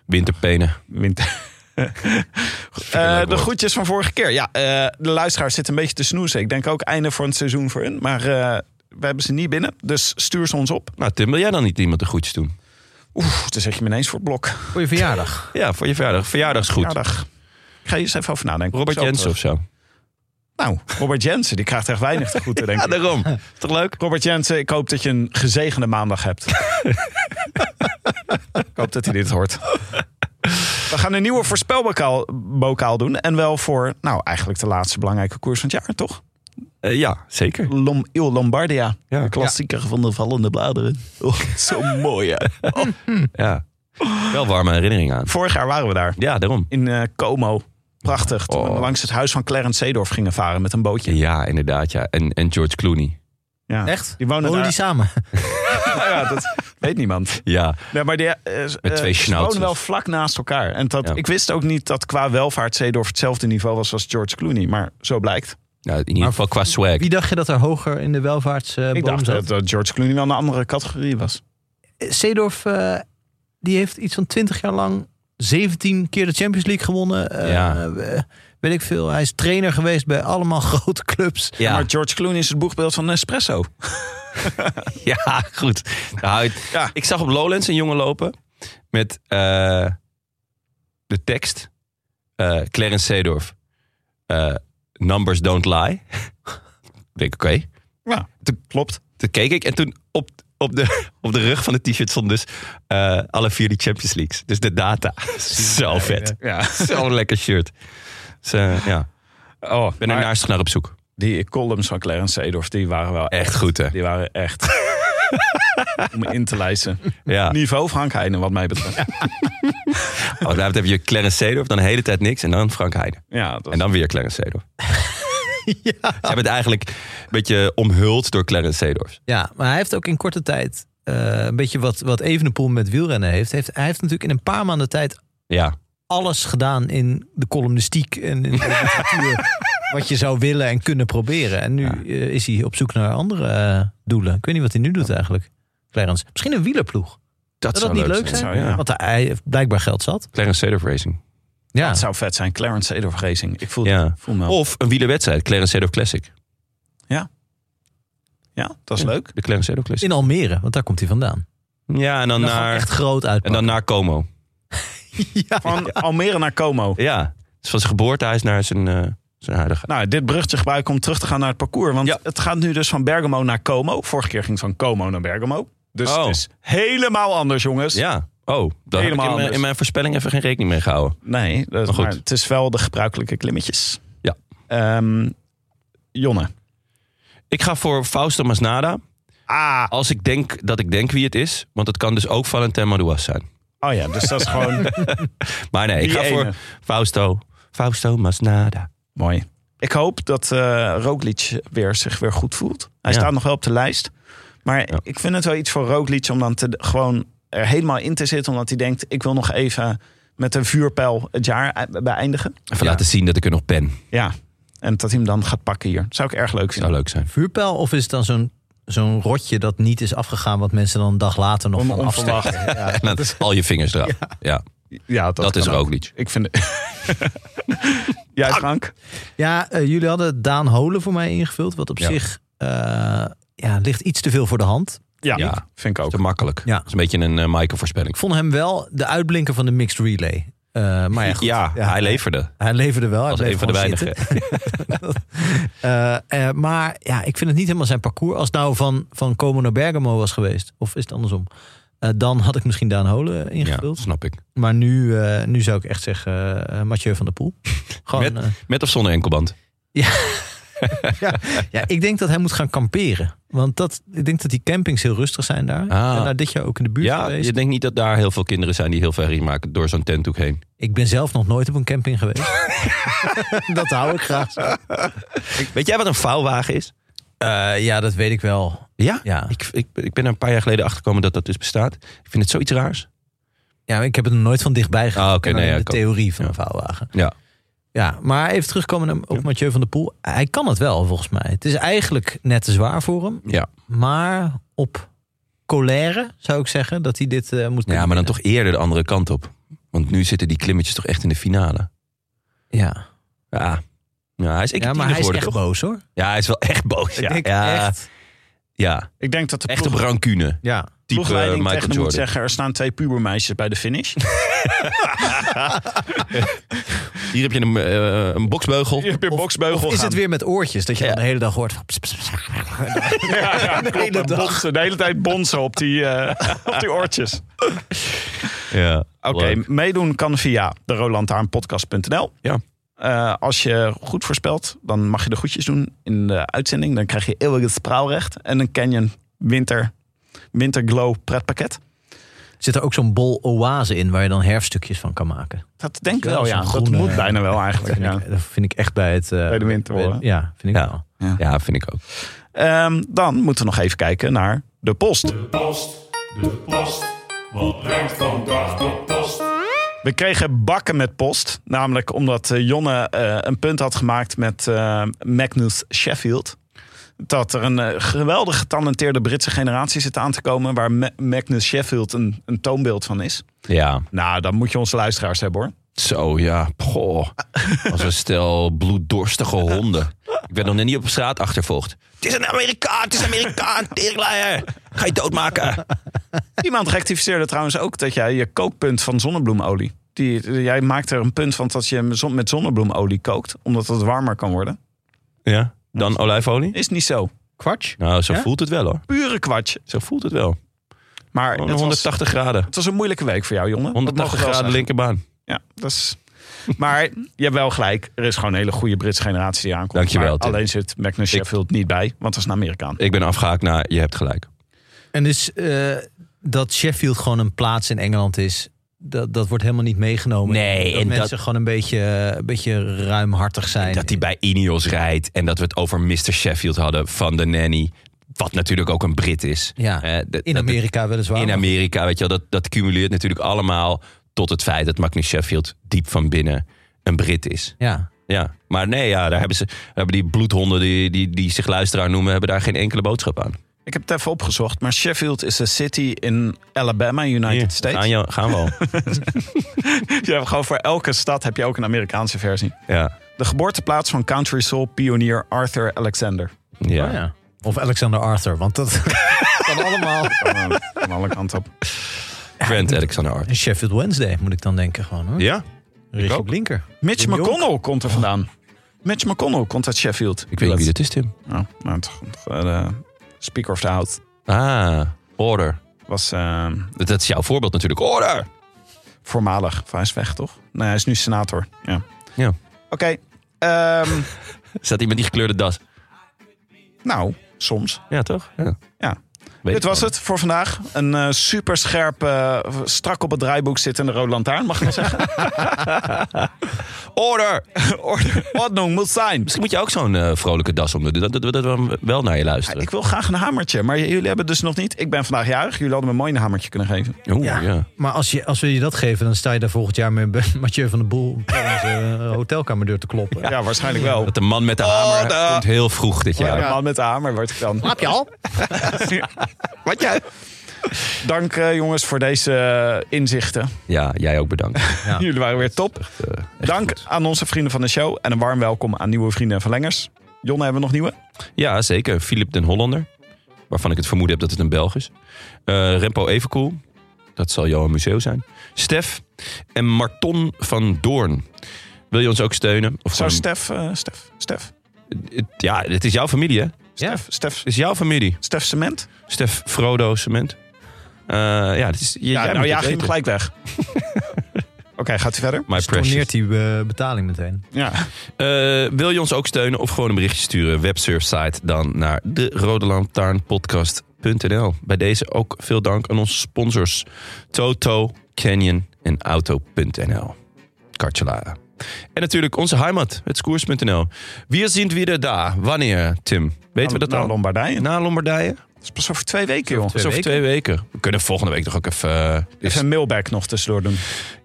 Winterpenen. Winter. Eh, de groetjes van vorige keer. Ja, eh, de luisteraars zitten een beetje te snoezen. Ik denk ook einde voor het seizoen voor hun. Maar eh, we hebben ze niet binnen. Dus stuur ze ons op. Nou, Tim, wil jij dan niet iemand de groetjes doen? Oeh, dan zet je me ineens voor het blok. Voor je verjaardag. Ja, voor je verjaardag. Verjaardagsgroet. Verjaardag. Ik ga je eens even over nadenken. Robert Zo Jensen terug. of zo. Nou, Robert Jensen, die krijgt echt weinig te groeten, denk Ja, ik. daarom. Is toch leuk? Robert Jensen, ik hoop dat je een gezegende maandag hebt. ik hoop dat hij dit hoort. We gaan een nieuwe voorspelbokaal bokaal doen. En wel voor, nou, eigenlijk de laatste belangrijke koers van het jaar, toch? Eh, ja, zeker. Lom, Il Lombardia. Ja. De klassieker van de vallende bladeren. Oh, zo mooi, hè? Ja. Wel warme herinnering aan. Vorig jaar waren we daar. Ja, daarom. In eh, Como. Prachtig. Toen we Oh. langs het huis van Clarence Seedorf gingen varen met een bootje. Ja, inderdaad. Ja. En, en George Clooney. Ja. Echt? Die wonen Wonen daar. die samen? Nou ja, dat weet niemand. Ja, Nee, maar die, eh, eh, twee ze schnauzers. wonen wel vlak naast elkaar. En dat, Ja. ik wist ook niet dat qua welvaart Seedorf hetzelfde niveau was als George Clooney. Maar zo blijkt. nou, in ieder geval qua swag. Wie dacht je dat er hoger in de Ik welvaartsboom dacht zat? dat, dat George Clooney wel een andere categorie was. Seedorf, eh, die heeft iets van 20 jaar lang 17 keer de Champions League gewonnen. Eh, Ja. eh, weet ik veel. Hij is trainer geweest bij allemaal grote clubs. Ja, Maar George Clooney is het boegbeeld van Nespresso. ja goed. Nou, het- Ja. Ik zag op Lowlands een jongen lopen met eh, de tekst. eh, Clarence Seedorf. eh, numbers don't lie. ik denk, oké. Ja, klopt. Toen keek ik en toen op, op, de, op de rug van het t-shirt stond dus eh, alle vier die Champions Leagues. Dus de data. Zo vet. Ja. Zo'n lekker shirt. Dus, eh, ja. Oh, Ik ben er naast naar op zoek. Die columns van Clarence Seedorf, die waren wel echt. Echt goed, hè? Die waren echt. om in te lijsten. Ja. Niveau Frank Heijnen, wat mij betreft. Want daar heb je Clarence Seedorf, dan de hele tijd niks en dan Frank Heijden. Ja, dat En dan weer Clarence Seedorf. Ze hebben het eigenlijk een beetje omhuld door Clarence Seedorf. Ja, maar hij heeft ook in korte tijd eh, een beetje wat, wat Evenepoel met wielrennen heeft. heeft. Hij heeft natuurlijk in een paar maanden tijd Ja. alles gedaan in de columnistiek en in de literatuur. wat je zou willen en kunnen proberen. En nu Ja. eh, is hij op zoek naar andere eh, doelen. Ik weet niet wat hij nu doet eigenlijk. Clarence. Misschien een wielerploeg. Dat, zou dat niet leuk zijn? Zou- ja. Want hij heeft blijkbaar geld zat. Clarence Seedorf Racing. Ja. zou vet zijn. Clarence Seedorf Racing. Ik voel, Ja. Oh. voel me. Of een wielerwedstrijd, Clarence Seedorf Classic. Ja, dat is leuk. De Clarence Seedorf Classic. In Almere, want daar komt hij vandaan. Ja, en dan, En dan gewoon naar, echt groot en uitpakken. dan naar Como. ja. Van Almere naar Como. Ja, dus van zijn geboortehuis naar zijn, eh zijn huidige. Nou, dit bruggetje gebruiken om terug te gaan naar het parcours. Want Ja. het gaat nu dus van Bergamo naar Como. Vorige keer ging het van Como naar Bergamo. Dus Oh. het is helemaal anders, jongens. Ja, oh, daar heb ik Helemaal in mijn, anders. in mijn voorspelling even geen rekening mee gehouden. Nee, dat, Maar maar goed. het is wel de gebruikelijke klimmetjes. Ja. Ehm, Jonne. Ik ga voor Fausto Masnada. Ah, Als ik denk dat ik denk wie het is, want het kan dus ook Valentin Madouas zijn. oh ja, dus dat is gewoon Maar nee, ik Die ga ene. voor Fausto, Fausto Masnada. Mooi. Ik hoop dat eh Roglic weer, zich weer goed voelt. Hij Ja. staat nog wel op de lijst. Maar Ja. ik vind het wel iets voor Roglic om dan te, gewoon er helemaal in te zitten. Omdat hij denkt, ik wil nog even met een vuurpijl het jaar e- beëindigen. Even laten zien dat ik er nog ben. Ja. En dat hij hem dan gaat pakken hier. Zou ik erg leuk Zou vinden. leuk zijn. Vuurpijl of is het dan zo'n zo'n rotje dat niet is afgegaan... wat mensen dan een dag later nog Om- van onverwacht. afsteken? Ja. En dan al je vingers eraf. Ja, Ja, dat, is kan ook. Roglic. Ik vind Jij Frank? Ja, eh, jullie hadden Daan Holen voor mij ingevuld. Wat op Ja. zich eh, ja, ligt iets te veel voor de hand. Ja, Ja. vind ik ook. Te makkelijk. Ja. Dat is een beetje een eh Michael-voorspelling. Ik vond hem wel de uitblinker van de mixed relay. Eh, maar ja, goed. Ja, hij leverde. Hij leverde wel. Hij Als bleef een van de gewoon weinigen. zitten. Eh, eh, maar ja, ik vind het niet helemaal zijn parcours. Als het nou van, van Como naar Bergamo was geweest, of is het andersom, eh, dan had ik misschien Daan Holen Ja, ingevuld. snap ik. Maar nu, eh, nu zou ik echt zeggen eh, Mathieu van der Poel. Gewoon, eh, Met of zonder enkelband? ja, ik denk dat hij moet gaan kamperen. Want dat, ik denk dat die campings heel rustig zijn daar. Ik Ah. ben daar dit jaar ook in de buurt Ja, geweest. je denkt niet dat daar heel veel kinderen zijn die heel veel herrie maken door zo'n tentdoek heen. Ik ben zelf nog nooit op een camping geweest. dat hou ik graag zo. Weet jij wat een vouwwagen is? Eh, ja, dat weet ik wel. Ja? Ja. Ik, ik, ik ben er een paar jaar geleden achtergekomen dat dat dus bestaat. Ik vind het zoiets raars. Ja, maar ik heb het nog nooit van dichtbij gezien. Ah, oké, Ik ken nee, alleen ja, de ik ook. theorie van Ja. een vouwwagen. Ja. Ja, maar even terugkomen op Ja. Mathieu van der Poel. Hij kan het wel, volgens mij. Het is eigenlijk net te zwaar voor hem. Ja. Maar op colère zou ik zeggen dat hij dit eh, moet kunnen Ja, maar dan winnen. toch eerder de andere kant op. Want nu zitten die klimmetjes toch echt in de finale. Ja, Ja. Ja, hij is, ik ja maar hij is echt toch? boos hoor. Ja, hij is wel echt boos. Ik ja. denk ja. echt. Ja, Ik denk dat de echt op ploeg- rancune. Ja. Type eh, ploegleiding Michael tegen hem moet Jordan. zeggen... er staan twee pubermeisjes bij de finish. Hier heb je een, eh, een boksbeugel. Je hebt weer boksbeugel Of is gaan. het weer met oortjes dat je Ja. dan de hele dag hoort van... pss, pss, pss. Ja, ja, klopt. hele dag. Bonzen, de hele tijd bonzen op die, eh, op die oortjes. Ja. Oké, leuk. meedoen kan via de rolandtaarnpodcast.nl. Ja. Eh, als je goed voorspelt, dan mag je de goedjes doen in de uitzending. Dan krijg je eeuwig het spraalrecht. En een Canyon Winter, Winter Glow pretpakket. Zit er ook zo'n bol oase in waar je dan herfstukjes van kan maken? Dat denk ik Ja, wel, zo'n ja. groene- dat moet bijna wel Dat eigenlijk. vind, Ja. ik, dat vind ik echt bij het... eh, Bij de winter hoor, hè? Ja, vind ik Ja. wel. Ja, vind ik ook. Ehm, dan moeten we nog even kijken naar de post. De post, de post. Wat brengt vandaag de post? We kregen bakken met post. Namelijk omdat eh, Jonne eh, een punt had gemaakt met eh, Magnus Sheffield. Dat er een eh, geweldig getalenteerde Britse generatie zit aan te komen. Waar Ma- Magnus Sheffield een, een toonbeeld van is. Ja. Nou, dan moet je onze luisteraars hebben hoor. Zo, ja. Goh. Als een stel bloeddorstige honden. Ik werd nog net niet op straat achtervolgd. Het is een Amerikaan, het is een Amerikaan, teringleier. Ga je doodmaken. Iemand rectificeerde trouwens ook dat jij je kookpunt van zonnebloemolie. Die, eh, jij maakt er een punt van dat je hem zon- met zonnebloemolie kookt. Omdat het warmer kan worden. Ja. Dan olijfolie? Is niet zo. Kwarts? Nou, zo Ja? voelt het wel hoor. Pure kwats. Zo voelt het wel. Maar Gewoon het was, 180 graden. het was een moeilijke week voor jou, Jonne. Dat mogen we 180 wel graden zeggen. linkerbaan. Ja, dat is. Maar je hebt wel gelijk. Er is gewoon een hele goede Britse generatie die aankomt. Dankjewel, Maar Tim. Alleen zit Magnus Sheffield niet bij, want dat is een Amerikaan. Ik ben afgehaakt naar je hebt gelijk. En dus eh, dat Sheffield gewoon een plaats in Engeland is, dat, dat wordt helemaal niet meegenomen. Nee, dat en mensen dat- gewoon een beetje, een beetje ruimhartig zijn. Dat hij bij Ineos rijdt en dat we het over Mr. Sheffield hadden van de nanny. Wat natuurlijk ook een Brit is. Ja, Eh, dat- in dat- Amerika weliswaar. In Amerika, weet je wel. Dat, dat cumuleert natuurlijk allemaal tot het feit dat Magnus Sheffield diep van binnen een Brit is. Ja. Ja, maar nee, ja, daar hebben, ze, daar hebben die bloedhonden die, die, die zich luisteraar noemen, hebben daar geen enkele boodschap aan. Ik heb het even opgezocht, maar Sheffield is een city in Alabama, United Hier, States. Gaan, Je... je- gaan we al. hebt gewoon voor elke stad heb je ook een Amerikaanse versie. ja. De geboorteplaats van country soul pionier Arthur Alexander. Ja. Oh ja. Of Alexander Arthur, want dat kan allemaal. Van, van alle kanten op. Grant Alexander Arthur. En Sheffield Wednesday moet ik dan denken gewoon hoor. Ja? Richard ook. Blinker. Mitch Jim Jong. McConnell komt er vandaan. Mitch McConnell komt uit Sheffield. Ik weet niet wie dat is, Tim. Nou, nou, toch, eh, Speaker of the House Ah, order. was eh, Dat, dat is jouw voorbeeld natuurlijk. Order! voormalig. Of hij is weg, toch? Nee, hij is nu senator. Ja. Ja. Oké. ehm, Staat iemand die gekleurde das? nou, soms. Ja, toch? Ja. Ja. Weet Dit ik was wel. het voor vandaag. Een eh super scherp, strak op het draaiboek zittende Roland Lantaarn, mag ik wel zeggen. Order! Orde. Ordnung moet zijn. Misschien moet je ook zo'n eh, vrolijke das om doen. Dat, dat, dat we wel naar je luisteren. Ik wil graag een hamertje, maar jullie hebben het dus nog niet. Ik ben vandaag jarig. Jullie hadden me mooi een hamertje kunnen geven. Oeh, ja. Maar als, je, als we je dat geven, dan sta je daar volgend jaar met B- Mathieu van de Boel op onze eh, hotelkamerdeur te kloppen. Ja, waarschijnlijk wel. Dat de man met de hamer Order! komt heel vroeg dit Ja, jaar. de man met de hamer word ik dan. Heb je al? Wat jij? Dank eh, jongens voor deze eh, inzichten. Ja, jij ook bedankt. Ja. Jullie waren weer top. Eh, echt Dank goed. aan onze vrienden van de show. En een warm welkom aan nieuwe vrienden en verlengers. Jonne, hebben we nog nieuwe? Ja, zeker. Philip den Hollander. Waarvan ik het vermoeden heb dat het een Belg is. Eh, Rempo Evenkoel. Dat zal jouw museum zijn. Stef. En Marton van Doorn. Wil je ons ook steunen? Of Zou gewoon- Stef, eh, Stef, Stef, Het- Ja, het is jouw familie, hè? Het Stef, Stef, is jouw familie. Stef Cement? Stef Frodo Cement. Eh, ja, het is, Ja, jij nou moet ja, het geef weten. hem gelijk weg. Oké, gaat hij verder? My precious. Storneert die eh, betaling meteen. Ja. Eh, wil je ons ook steunen of gewoon een berichtje sturen? Websurfsite dan naar de Rode Lantaarnpodcast.nl. Bij deze ook veel dank aan onze sponsors Toto, Canyon en Auto.nl. Cartelara. En natuurlijk onze heimat, het Koers.nl. Wie zien weer daar? Wanneer, Tim? Weten we dat nou, al? Lombardije. Na Lombardije? Dat is pas over twee weken, joh. Dus over twee weken. We kunnen volgende week toch ook even... eh, Even een mailback nog tussendoor doen.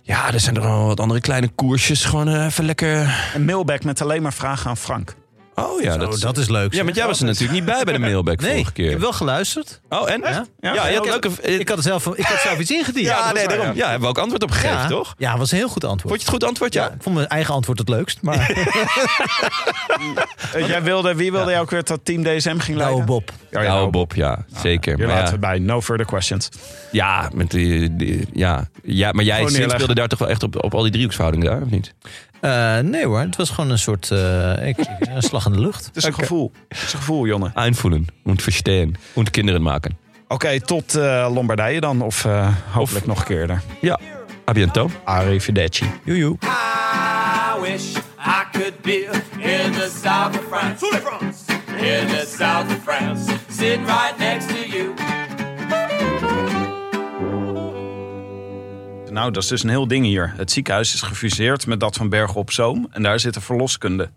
Ja, er zijn er al wat andere kleine koersjes. Gewoon eh, even lekker... Een mailback met alleen maar vragen aan Frank. Eh, Oh ja, Oh, dat is leuk. Ja, zeg. want jij was er natuurlijk niet bij bij de mailback nee, vorige ik keer. heb wel geluisterd. Oh, en? Ja, ja, Ja, je had ik leuke... eh, Ik had, er zelf, ik had zelf iets ingediend. ja, dat nee, is waar, daarom. Ja, hebben we ook antwoord op gegeven, Ja. toch? Ja, was een heel goed antwoord. Vond je het goed antwoord? Ja. Ja, ik vond mijn eigen antwoord het leukst. Maar Eh, jij wilde, wie wilde jij ook weer dat Team DSM ging leiden? nou, Bob. Oh, ja, nou, Bob. Bob, ja, zeker. Hier Maar laten ja, we bij. No further questions. ja, met die, die- ja. ja, maar jij Gewoon neerleggen. speelde daar toch wel echt op, op al die driehoeksverhoudingen daar, of niet? Eh, nee hoor, het was gewoon een soort eh, ik, een slag in de lucht. Het is een gevoel. Het is een gevoel, Jonne. Aanvoelen, und verstehen, und kinderen maken. Oké, tot eh, Lombardije dan. Of eh, hopelijk nog een keer eerder. Ja, a bientôt. Arrivederci. Joejoe. I wish I could be in the south of France. In the south of France, sitting right next to you. Nou, dat is dus een heel ding hier. Het ziekenhuis is gefuseerd met dat van Bergen op Zoom. En daar zitten verloskunde.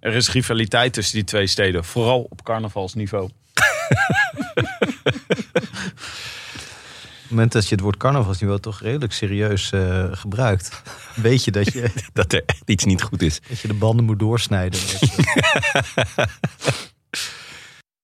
Er is rivaliteit tussen die twee steden. Vooral op carnavalsniveau. Op het moment dat je het woord carnavalsniveau toch redelijk serieus eh, gebruikt, weet je dat je, Dat er echt iets niet goed is. dat je de banden moet doorsnijden.